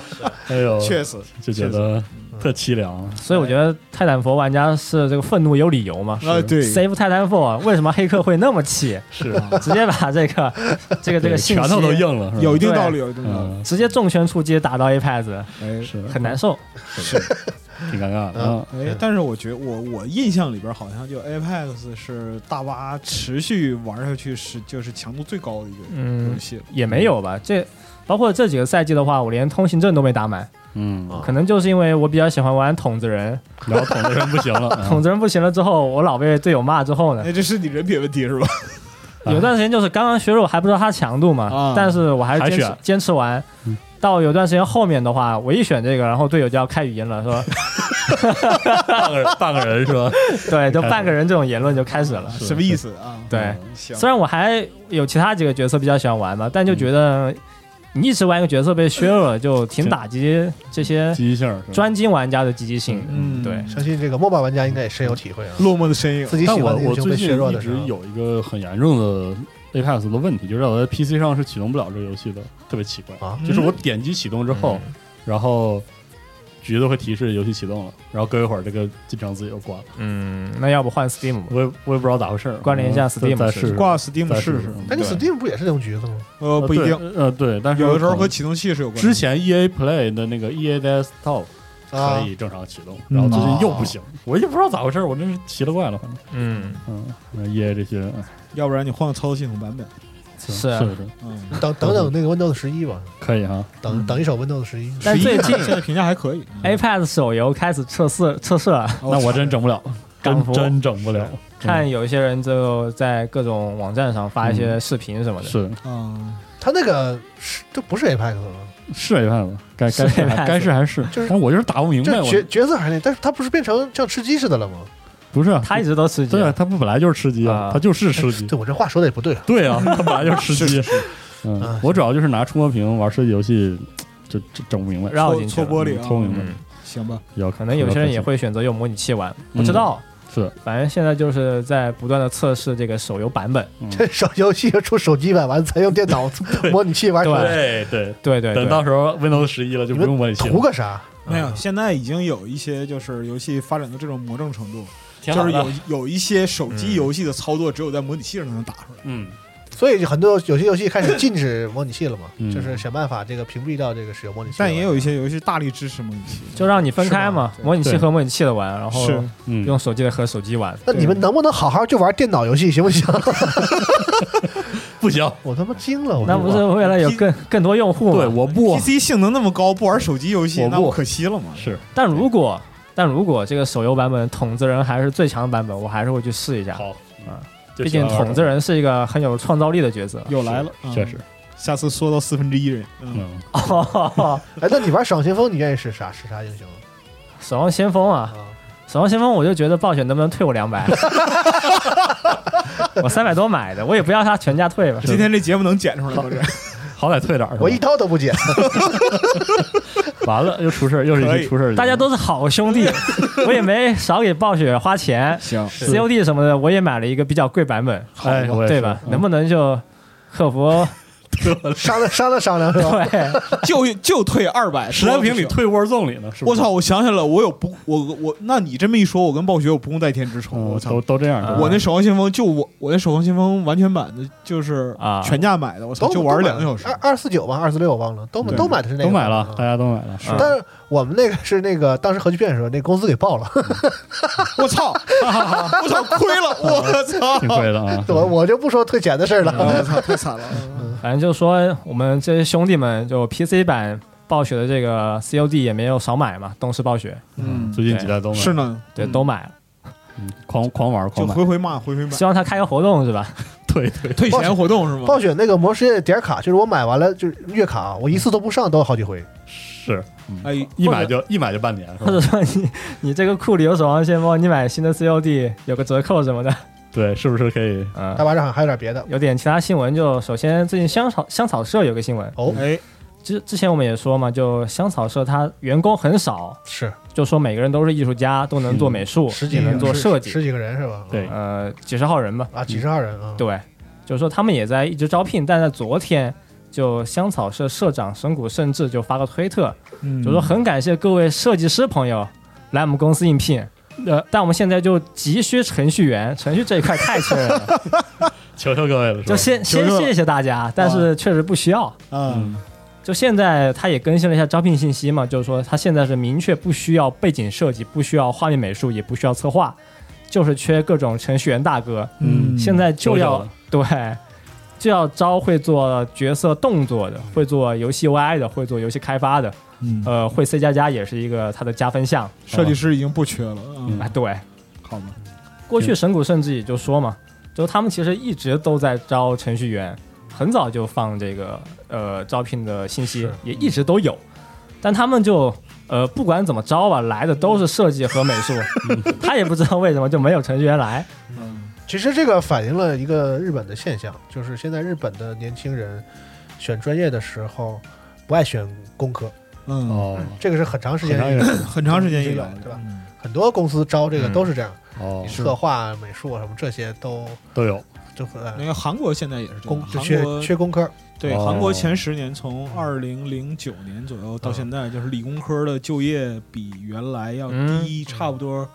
呃
呦，嗯
确实，
就觉得特凄凉。
所以我觉得泰坦佛玩家是这个愤怒有理由嘛。
啊，对，
Save 泰坦 f 为什么黑客会那么气？
是啊，
直接把这个这个这
对
个信
拳
息
头都硬了，是吧
有一
啊
定道理，有一定道理。
嗯，
直接重拳出击打到 iPad，
哎，
是
很难受。
挺尴尬的。啊
哎，但是我觉我我印象里边好像就 Apex 是大巴持续玩下去是就是强度最高的一个
嗯
游，戏了。
也没有吧。这包括这几个赛季的话，我连通行证都没打满，
嗯，
可能就是因为我比较喜欢玩筒子人，
然后捅的人不行 了，嗯
筒子人不行了之后，我老被队友骂之后呢
哎，，这是你人品问题是吧？
有段时间就是刚刚学肉还不知道它强度嘛
啊，
但是我还是坚
还
持
选
坚持玩。到有段时间后面的话，我一选这个，然后队友就要开语音了，说
半个人半个人说
对，就半个人这种言论就开始了。
是
什么意思啊？
对，
行，
虽然我还有其他几个角色比较喜欢玩嘛，但就觉得你一直玩一个角色被削弱了，就挺打击这些
积极性儿是吧
专精玩家的积极性的。
嗯
对，
相信这个 MOBA 玩家应该也深有体会啊。
落寞的身影
自己
但
喜
我
欢的英
我
雄
最
被削
近
弱
一
的时
直
候，
有一个很严重的 Apex 的问题，就是我在 PC 上是启动不了这个游戏的，特别奇怪。
啊
就是
嗯
我点击启动之后，然后橘子会提示游戏启动了，然后隔一会儿这个进程自己就关了，
嗯，那要不换 Steam 吧？
我也我也不知道咋回事儿。
关联一下
嗯
Steam
再再
试
试
试
试
挂 Steam
再
试
试
试，
但你
嗯对
哎 Steam 不也是这种橘子吗？
呃，不一
对
定，
呃，对，但是
有的时候
可能
和启动器是有关系。
之前 EA Play 的那个 EA Desktop
啊
可以正常启动，然后最近又不行，我也不知道咋回事儿，我真是奇了怪了，反正
嗯啊嗯，
嗯那，EA 这些哎
要不然你换个操作系统版本。
是
是啊
是是
嗯，
等等等那个 Windows 十一吧，
可以
哦
哈，
等等一手 Windows 十一。
但最近哎
11现在评价还可以。嗯
iPad 手游开始测试测试了，
那我真整不了，
港
真
服
真整不了，
看有一些人就在各种网站上发一些视频什么的。
是
啊，
它那个是这不是 Apex 吗？
是 A 派吧，该
是
该是
Apex
该是还是，
就是
但我就是打不明白，
这
我
角角色还是那，但是它不是变成像吃鸡似的了吗？
不是啊
他一直都吃鸡
对，啊，他不本来就是吃鸡啊
啊，
他就是 吃鸡，
对我这话说的也不对啊。
对啊，他本来就是吃鸡，
啊
嗯，我主要就是拿触摸屏玩射击游戏，就就整不明白，
绕进去
搓
了。
玻璃
偷
啊，
明白
嗯，
行吧。
要
可能有些人也会选择用模拟器玩，不知道。
嗯是，
反正现在就是在不断的测试这个手游版本。
这手游戏要出手机版，完了才用电 脑模拟器玩出来，
对对，
对对对
等，到时候 Windows 十一了就不用模拟器
图
了，
个啥？
没
嗯
有，现在已经有一些就是游戏发展到这种魔怔程度，
挺
就
好
是
的
有有一些手机游戏的操作只有在模拟器上才能打出来。
嗯，
所以就很多有些游戏开始禁止模拟器了嘛，
嗯
就是想办法这个屏蔽掉这个使用模拟器。
啊
但也有一些游戏大力支持模拟器，
就让你分开嘛
是，吧
模拟器
对
和模拟器的玩，然后
是
嗯
用手机的和手机玩。
那你们能不能好好就玩电脑游戏行不行？
不行，
我他妈惊了，我
那不是为了有更更多用户
对，
吗？
我不啊
PC 性能那么高，不玩手机游戏
我不啊
那不可惜了吗？
是
但如果但如果这个手游版本筒子人还是最强版本，我还是会去试一下。
好
啊，
就
毕竟
喜欢玩
筒子人是一个很有创造力的角色。
又来了，嗯
确实，，
下次缩到四分之一人。嗯，
嗯，
哦，
哎，那你玩爽先锋，你愿意使啥使啥英雄
守望先锋啊，
啊？
守望先锋，我就觉得暴雪能不能退我两百？ 我三百多买的，我也不要他全价退吧。
今天这节目能剪出来吗？这
好歹退点儿是吧，
我一刀都不剪，
完了又出事儿，又是一
可以
些出事儿的人，
大家都是好兄弟，我也没少给暴雪花钱。
行，
COD 什么的，我也买了一个比较贵版本，
哎，我也
对
是
吧？
嗯
能不能就克服？
商量商量商量是 吧？
对，
就就退二百，
十来平里退 War Zone 里呢？是不
我
是
操！！我想起来了，我有不，我我，那你这么一说，我跟暴雪有不共戴天之仇。
嗯
我
都
操！
都这样
啊
的，
我那守望先锋就我，我那守望先锋完全版的，就是
啊
全价买的，我操，
都
就玩了两个小时
二。二四九吧，二四六我忘了，都
对
都买的是那个，
都买了，大哎
啊。
家都买了，
嗯
但是我们那个是那个当时核聚变的时候，那公司给爆了，。
我 操！我操，亏了！我操！
挺贵的啊
我我就不说退钱的事儿了。
哦我操，太惨了！
反正就是说，我们这些兄弟们，就 PC 版暴雪的这个 COD 也没有少买嘛，东视暴雪，
嗯，
最近几代都买，
是呢，
对，
嗯
都买了。
嗯狂狂玩
就
狂买，
回回骂，回回骂
希。望他开个活动是吧？
对对，
退钱活动是吗？
暴雪那个魔世界点卡，就是我买完了就是月卡啊，我一次都不上，都有好几回。
是，嗯
哎，
一买就一买就半年，是
或者
吧？
说你你这个库里有守望先锋，你买新的 COD 有个折扣什么的，
对，是不是可以？
嗯
大。巴上还有点别的
有点其他新闻，就首先最近香草香草社有个新闻，
哦，
哎，
之之前我们也说嘛，就香草社它员工很少，
是
就说每个人都是艺术家，都能做美术，
十几
也
个
能做
是
设计，
十几个人是吧？
对
呃，几十号人吧。
啊，几十号人啊，
对，就是说他们也在一直招聘，但在昨天。就香草社社长神谷胜治就发个推特，
嗯
就说很感谢各位设计师朋友来我们公司应聘，呃，但我们现在就急需程序员，程序这一块太缺人了，
求求各位了，是吧
就先先
求求了
谢谢大家，但是确实不需要。
啊，
嗯
就现在他也更新了一下招聘信息嘛，就是说他现在是明确不需要背景设计，不需要画面美术，也不需要策划，就是缺各种程序员大哥。
嗯
现在就要
嗯
对，就要招会做角色动作的，会做游戏 YI 的，会做游戏开发的，
嗯，
呃，会 C 加加也是一个他的加分项。
设计师已经不缺了
啊，
啊，
对，
好吧，
过去神谷甚至也就说嘛，就他们其实一直都在招程序员，很早就放这个呃招聘的信息
是，
也一直都有，但他们就呃不管怎么招吧，来的都是设计和美术，他也不知道为什么就没有程序员来。
嗯
其实这个反映了一个日本的现象，就是现在日本的年轻人选专业的时候不爱选工科，
嗯，
哦
这个是很长时间
很长一段
很长时间以
有
来
对吧？
嗯
很多公司招这个
嗯
都是这样，
哦
策划、美术什么这些都
都有
就很呃
那个韩国现在也是这样，
工就
韩
缺
国
缺工科，
对，
哦
韩国前十年，从二零零九年左右到现在，就是理工科的就业比原来要低差不多，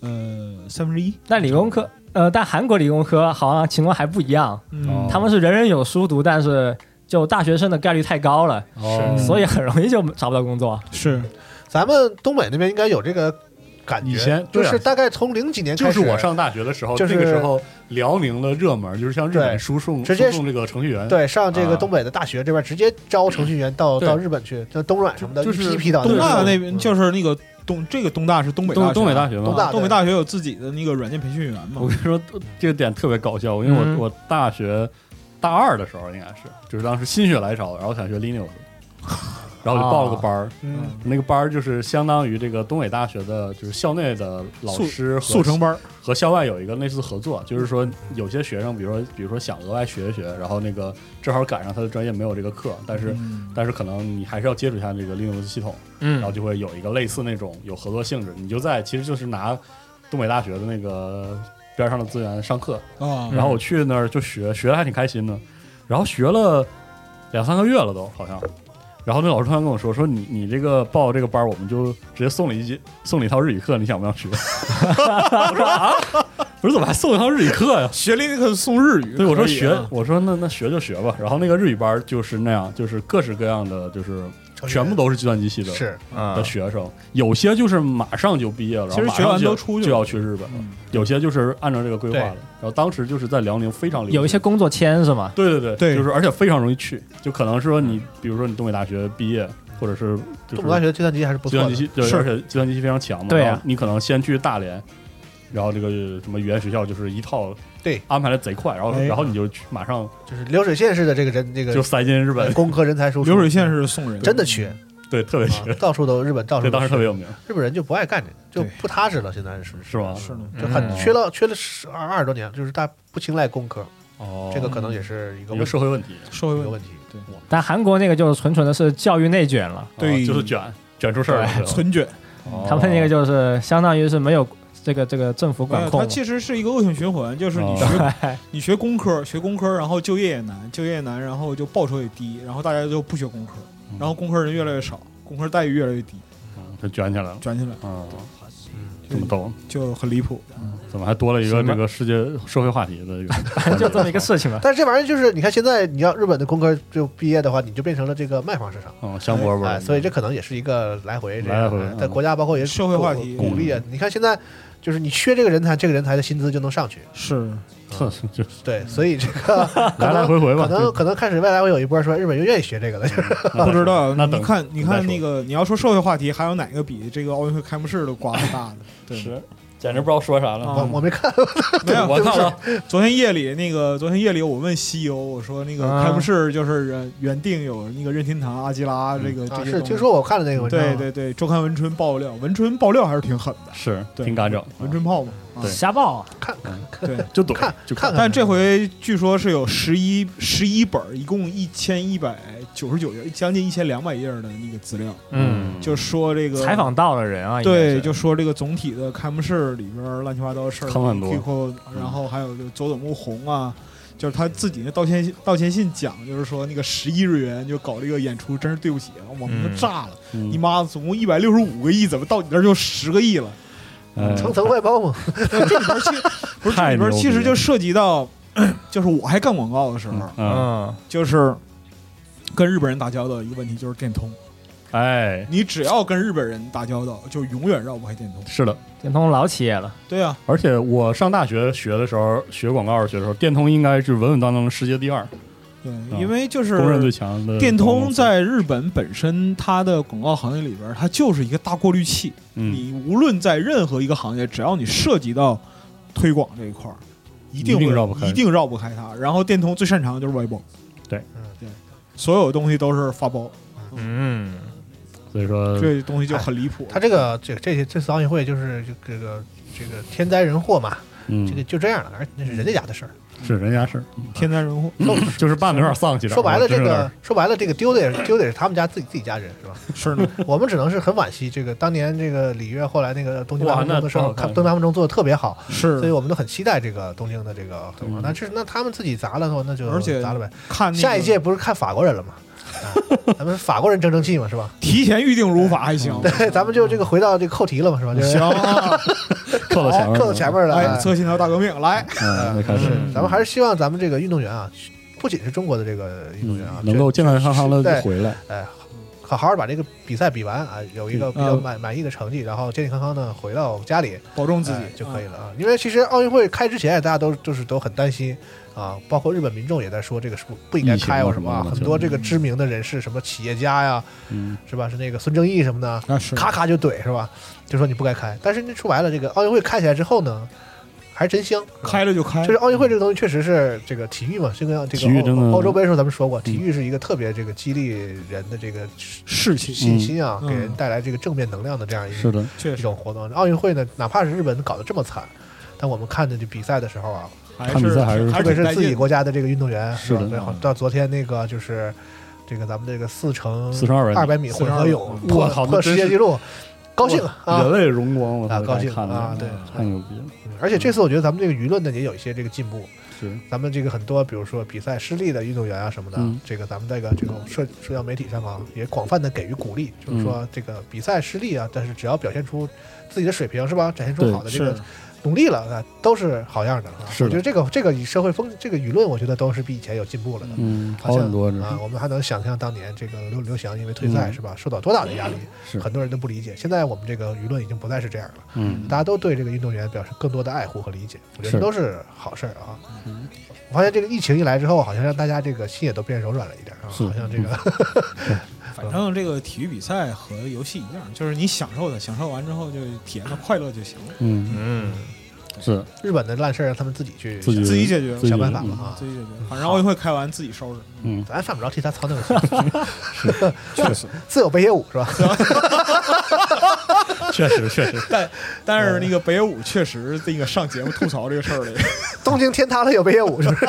呃，三分之一。
但理工科呃，但韩国理工科好像情况还不一样，
嗯
哦
他们是人人有书读，但是就大学生的概率太高了，
哦
是
所以很容易就找不到工作。
是
咱们东北那边应该有这个感觉，
以前
就
对啊
是大概从零几年
就
开
是
始，
我上大学的时候，
就是
那个时候辽宁的热门就是像日
对
本输送
直
输
接
送这个程序员，
对上这个
啊
东北的大学这边直接招程序员到
对
到日本去，像东软什么的，
就
一
是
批一批到
东大
边
那
去
边，
嗯
就是那个东这个东大是东北大
东
学啊哦
东北大学
东
嘛。
大
东北
学
大学有自己的那个软件培训员嘛
我？跟你说，这个点特别搞笑，因为我、
嗯
我大学大二的时候应该是，就是当时心血来潮，然后想学 Linux，然后就报了个班儿。
嗯，
那个班儿就是相当于这个东北大学的，就是校内的老
速
师和
速成班儿
和校外有一个类似合作，就是说有些学生，比如说比如说想额外学一学，然后那个正好赶上他的专业没有这个课，但是、
嗯
但是可能你还是要接触一下这个 Linux 系统，
嗯
然后就会有一个类似那种有合作性质，你就在其实就是拿东北大学的那个边上的资源上课，
嗯
啊，
然后我去那儿就学，学的还挺开心的，然后学了两三个月了都好像，然后那老师突然跟我说说你你这个报这个班儿，我们就直接送你一节送你一套日语课，你想不想学？我说啊，我说怎么还送一套日语课呀？
学 Linux 送日语，
对，我 说
可以
学
啊，
我说那那学就学吧。然后那个日语班儿就是那样，就是各式各样的，就是
程序员
全部都是计算机系的
是
的
嗯，
学生，有些就是马上就毕业了，然后
其实
马
学完
上就
都出去
就
了
要去日本了，
嗯
有些就是按照这个规划
对
的。然后当时就是在辽宁非常流行
有一些工作签是吗？
对对对，
对
就是而且非常容易去，就可能是说你，比如说你东北大学毕业，或者是就是
东北大学的计算机还是不
计
错
算
的
机，系，对，
是
而且计算机系非常强嘛，
对啊
然后你可能先去大连，然后这个什么语言学校就是一套
对
安排的贼快，然后
哎
然后你就去马上
就是流水线式的这个人这个
就塞进日本，
工科人才输出，
流水线是送人，
真的缺，
对，特别
啊
绝，
到处都日本到
这
处都
当时
是
特别有名，
日本人就不爱干这个，就
对
不踏实了。现在是
是吗？
是的，
就很
嗯
缺了缺了十二二十多年，就是大家不青睐工科，
哦，
这个可能也是一个
一个社会问题，
社会
一
问
个
题
问题。
但韩国那个就是纯纯的是教育内卷了。
对
哦就是卷卷出事儿了
对
是吧，
存卷。
哦
他们那个就是相当于是没有这个这个政府
没
管
有，
控
它
嘛，
其实是一个恶性循环，就是你学、你学工科，学工科，然后就业也难，就业也难，然后就报酬也低，然后大家就不学工科，然后工科人越来越少，工科待遇越来越低，
嗯就卷起来了，
卷起来
嗯，这么逗，
就很离谱。
怎么还多了一个
行吧
这个世界社会话题的一个环 节？
就这么一个事情嘛。
但是这玩意儿就是，你看现在你要日本的工科就毕业的话，你就变成了这个卖方市场，
嗯，香饽饽
哎，
的，
所以这可能也是一个来回这
来
样
回
哎
嗯
在国家包括也
社会话题
鼓鼓励啊。你看现在就是你缺这个人才，这个人才的薪资就能上去，
是，
哼嗯就
对，所以这个可
来
能
来回回吧，嗯
可
啊
能可能开始未来会有一波说日本就愿意学这个了， 就是
不知道。
那
你
等
看，你
再
看
说
那个，你要说社会话题，还有哪个比这个奥运会开幕式的瓜子 大的？对，
是，简直不知道说啥了。
我
哦
啊
我没看，
没有，
我看
就是
了，
昨天夜里那个，昨天夜里我问西游，我说那个
啊
开幕式就是原原定有那个任天堂、阿基拉这
嗯
个
啊
这些
是
东西
听说我看了那个文章，
对对对，周刊文春爆料，文春爆料还是挺狠的，
是
对
挺敢整，
嗯
文春炮嘛。啊
嗯对
瞎报啊，
看看
对，
就懂
看
就
看看，
但这回据说是有十一十一本儿，一共一千一百九十九页，将近一千两百页儿的那个资料，
嗯，
就说这个
采访到了人啊，应该
嗯
对，
是
就说这个总体的开幕式里边儿乱七八糟的事儿，
坑很多嗯
Kiko，然后还有就佐佐木宏啊，就是他自己那道歉道歉信讲，就是说那个十亿日元就搞这个演出，真是对不起，啊我们都
嗯
炸了，
嗯
你妈总共一百六十五个亿，怎么到你这儿就十个亿了？
哎
层层外包嘛，
这里边儿其不是这
太
里边儿
牛
其实
逼
就
了
涉及到， 就是我还干广告的时候，
嗯，
嗯
就是跟日本人打交道一个问题就是电通，
哎，
你只要跟日本人打交道，就永远绕不开电通。
是的，
电通老企业了，
对啊，
而且我上大学学的时候，学广告学的时候，电通应该是稳稳当当的世界第二，
对，
嗯
因为就是
公认最强的
电
广告
通
公司，
在日本本身，它的广告行业里边儿，它就是一个大过滤器。
嗯，
你无论在任何一个行业，只要你涉及到推广这一块儿，一定
一定
会
绕不开
一定绕不开它。然后电通最擅长的就是外包，
对
嗯对，所有东西都是发包，
嗯，
所以说
这东西就很离谱。
他这个这这这次奥运会就是就这个这个天灾人祸嘛，
嗯
这个就这样了，而那是人家家的事儿。
是人家是
天灾人祸，
哎
就是办的有点丧气点儿，
说白了，
我真
这
是有点
个说白了，这个丢的也是丢的也是他们家自己自己家人是吧？
是呢，
我们只能是很惋惜，这个当年这个里约后来那个东京
哇
大风
那
中的时
太
候，
好看
看
了
东京大风中做的特别好， 所以
是
我们都很期待这个东京的这个动画。
嗯
但是那他们自己砸了的话，那就
而且
砸了呗。
看那个
下一届不是看法国人了吗？啊咱们法国人争争气嘛，是吧？
提前预定如法还行，
对，咱们就这个回到这个扣题了 嘛，是吧？就是
行啊，
扣到前面了，
扣到前面了。
来
哎
测信条大革命来，
嗯，没开始，
嗯
咱们还是希望咱们这个运动员啊，不仅是中国的这个运动员啊，
嗯能够健健康康的
对
回来，
哎，好好好把这个比赛比完啊，有一个比较
嗯
满满意的成绩，然后健健康康的回到家里
保
嗯
重自己
哎就可以。了啊。因为其实奥运会开之前，大家都就是都很担心啊，包括日本民众也在说这个是不不应该开啊
疫情啊
什么啊，
什么的
很多这个知名的人士，什么企业家呀，
嗯，
是吧？是那个孙正义什么的，
那哎是
咔咔就怼是吧？就说你不该开。但是你说白了，这个奥运会开起来之后呢，还是真香，是吧
开了就开，
就是奥运会这个东西，确实是这个体育嘛，就跟这
体育真
个
的嗯
欧欧洲杯的时候咱们说过，体育是一个特别这个激励人的这个
士气
信心啊，
嗯
给人带来这个正面能量的这样一
是
个
的，
确
一
实
种活动。奥运会呢，哪怕是日本搞得这么惨，但我们看着这比赛的时候啊，
还
看比
是
赛还是
还
特别是
挺带
自己
劲
国家的这个运动员，
是的
吧
嗯
对，好到昨天那个就是。这个咱们这个四乘
四乘二百米
二百米混合泳
400
破
我操那
破
真
世界
是
纪录，高兴啊！
人类荣光，我
啊
操，
高兴
看了
啊对
太牛逼了，
嗯而且这次我觉得咱们这个舆论呢也有一些这个进步，
是
咱们这个很多，比如说比赛失利的运动员啊什么的，
嗯
这个咱们这个这种社社交媒体上啊，也广泛的给予鼓励，就是说
嗯
这个比赛失利啊，但是只要表现出自己的水平是吧，展现出
对
好的这
是
个努力了，啊，都是好样的啊。
是的
我觉得这个这个社会风这个舆论，我觉得都是比以前有进步了的。
嗯，
好
好
像
很多，这是
啊，我们还能想象当年这个刘刘翔因为退赛、
嗯
是吧，受到多大的压力，
是
很多人都不理解。现在我们这个舆论已经不再是这样了，
嗯
大家都对这个运动员表示更多的爱护和理解，我觉
是
得都是好事儿啊。我发现这个疫情一来之后，好像让大家这个心也都变柔软了一点啊，
是
好像这个
反正这个体育比赛和游戏一样，就是你享受它，享受完之后就体验到快乐就行 了，
嗯
嗯，
是
日本的烂事儿让他们自己去
自己
自己解决，
自己
想办法
嗯
吧啊
自。己解决。反正奥运会开完自己收 拾，
嗯，
咱犯不着替他操那个心，
确实。
自有北野武是吧？
确实确实，
但但是
嗯
那个北野武确实这个上节目吐槽这个 事儿了，
东京天塌了有北野武是不是？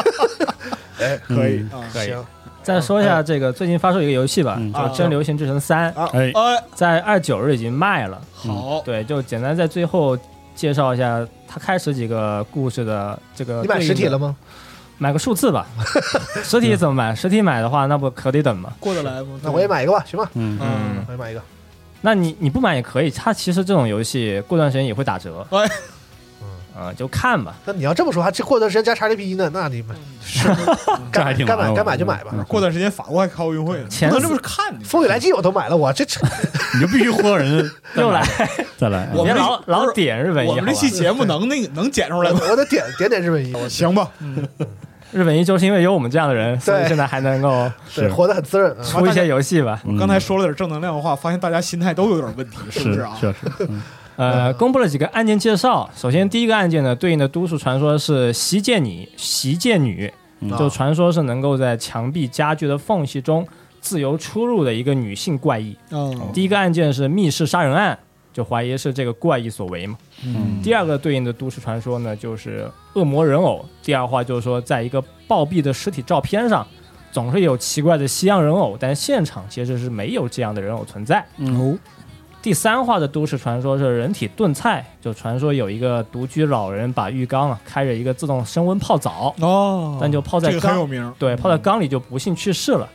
可以啊，
可以，
再说一下这个最近发售一个游戏吧，
嗯
叫《真流行之神三》，
哎，
哎，
在二九日已经卖了。
嗯
好，
对，就简单在最后介绍一下它开始几个故事的这个。
你买实体了？吗？
买个数字吧。实体怎么买？实体买的话，那不可得等吗？
过得来吗？
那我也买一个吧，行吧，
嗯，
嗯，
我也买一个。
那你你不买也可以，它其实这种游戏过段时间也会打折。
哎
嗯，就看吧。
那你要这么说，还这过段时间加 XGP 呢？那你们
这还挺
该
难
买
的嗯
该买就买吧。
过段时间法国还开奥运会
嗯
呢，不
前
能这么看你。
风雨来季我都买了，我这这
你就必须豁人家再
又来，
再来 啊，
我
别
们这
老
不
老
是
点日本一啊
我
好
们
吧
这？期节目能那个能剪出来吗？
我得点点点日本一，
行吧，
日本一就是因为有我们这样的人，所以
对
现在还能 够
对，活得很滋润。嗯
出
啊
一些游戏吧。
嗯
刚才说了点正能量的话，发现大家心态都有点问题，是不
是
是啊？
确实，嗯
呃，公布了几个案件介绍。首先，第一个案件呢，对应的都市传说是习剑女，习剑女
嗯
就传说是能够在墙壁家具的缝隙中自由出入的一个女性怪异。
嗯，
第一个案件是密室杀人案，就怀疑是这个怪异所为嘛。
嗯
第二个对应的都市传说呢，就是恶魔人偶。第二话就是说，在一个暴毙的尸体照片上，总是有奇怪的西洋人偶，但现场其实是没有这样的人偶存在。
哦，
第三话的都市传说是人体炖菜，就传说有一个独居老人把浴缸啊开着一个自动升温泡澡，
哦，
但就泡在
这个很有
缸，
名儿，
对，泡在缸里就不幸去世了。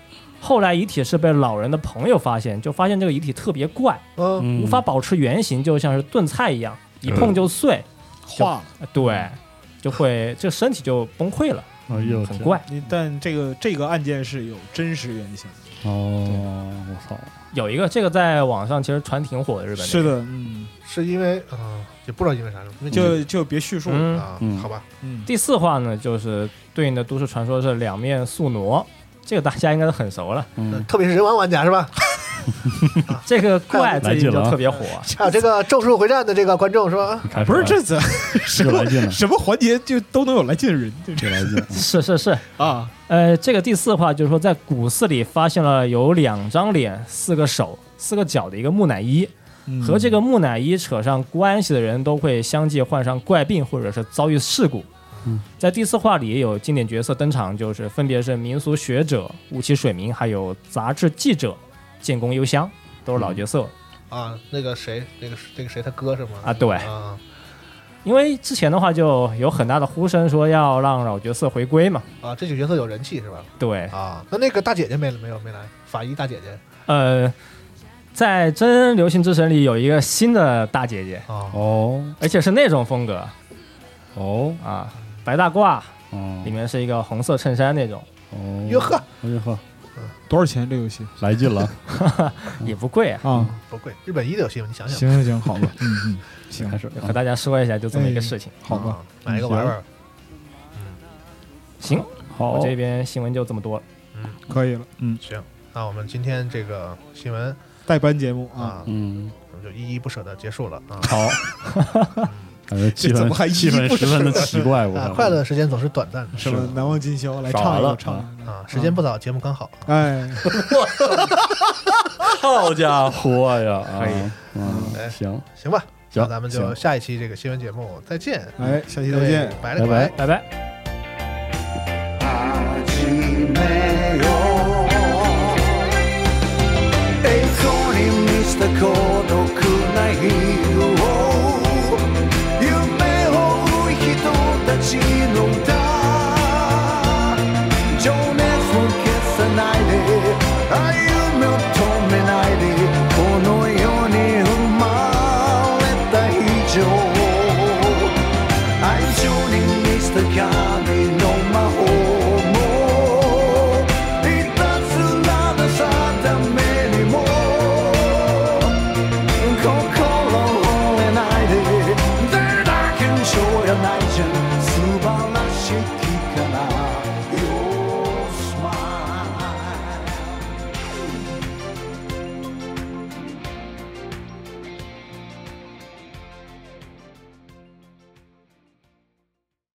后来遗体是被老人的朋友发现，就发现这个遗体特别怪，
嗯，
嗯
无法保持原形，就像是炖菜一样，一碰就碎，
化了。
对，就会这身体就崩溃了，
哎呦，
很怪。
你但这个这个案件是有真实原型，
哦，我操，
有一个这个在网上其实传挺火的，日本那个
是，的，嗯，
是因为啊，也不知道因为啥，因为
就就别叙述了，
嗯，
啊
嗯，
好吧，
嗯，
第四话呢，就是对应的都市传说是两面宿傩，这个大家应该都很熟了。
嗯
特别是人王玩家是吧？
这个怪最近
啊来劲
就
了啊
特别火，
还有这个《咒术回战》的这个观众是吧？
开始
不是
了
这怎什
又
么
来劲了，
啊 什么环节就都能有来劲的人，对不对
又来劲了，
是是是。
啊？
呃，这个第四话就是说，在古寺里发现了有两张脸、四个手、四个脚的一个木乃伊，
嗯
和这个木乃伊扯上关系的人都会相继患上怪病，或者是遭遇事故。
嗯
在第四话里也有经典角色登场，就是分别是民俗学者雾崎水明，还有杂志记者建宫幽香，都是老角色。
啊，那个谁，那个那个谁，他哥是吗？
啊对
啊，
因为之前的话就有很大的呼声说要让老角色回归嘛。
啊，这几个角色有人气是吧？
对，
啊，那那个大姐姐没没有没来，法医大姐姐
呃，在《真流行之神》里有一个新的大姐姐，
啊，
哦
而且是那种风格
哦，
啊，白大褂
嗯
里面是一个红色衬衫那种，
哦，
哟呵，
哎呦呵，
多少钱这游戏
来劲了，
也不贵啊。
啊？
不贵，日本一的游戏嘛，你想想，
行行行，好吧，嗯嗯， 行
开，始
和
了，
大家说一下，就这么一个事情。
好吧，
啊，买一个玩玩。
行，
好
我，这边新闻就这么多了。
可以了，嗯，
行，那我们今天这个新闻
代班节目啊，
啊，
嗯，
我们就依依不舍的结束了啊。
好， 感觉气
这怎
氛
么还
气氛
依不
十分的奇怪，我
啊，
操
快乐的时间总是短暂
什么难忘今宵来
少
唱一
来
个，
了
唱一个，
的啊，时间不早，节目刚好。
哎，
好家伙呀！
可以
哎
啊，嗯，行，
行吧，
行
那咱们就
行
下一期这个新闻节目再见，
哎，下期
各
再
位
见。
拜了
拜
个
拜。
拜拜。
栄光に満ちた孤独な日を夢を追う人たちの歌情熱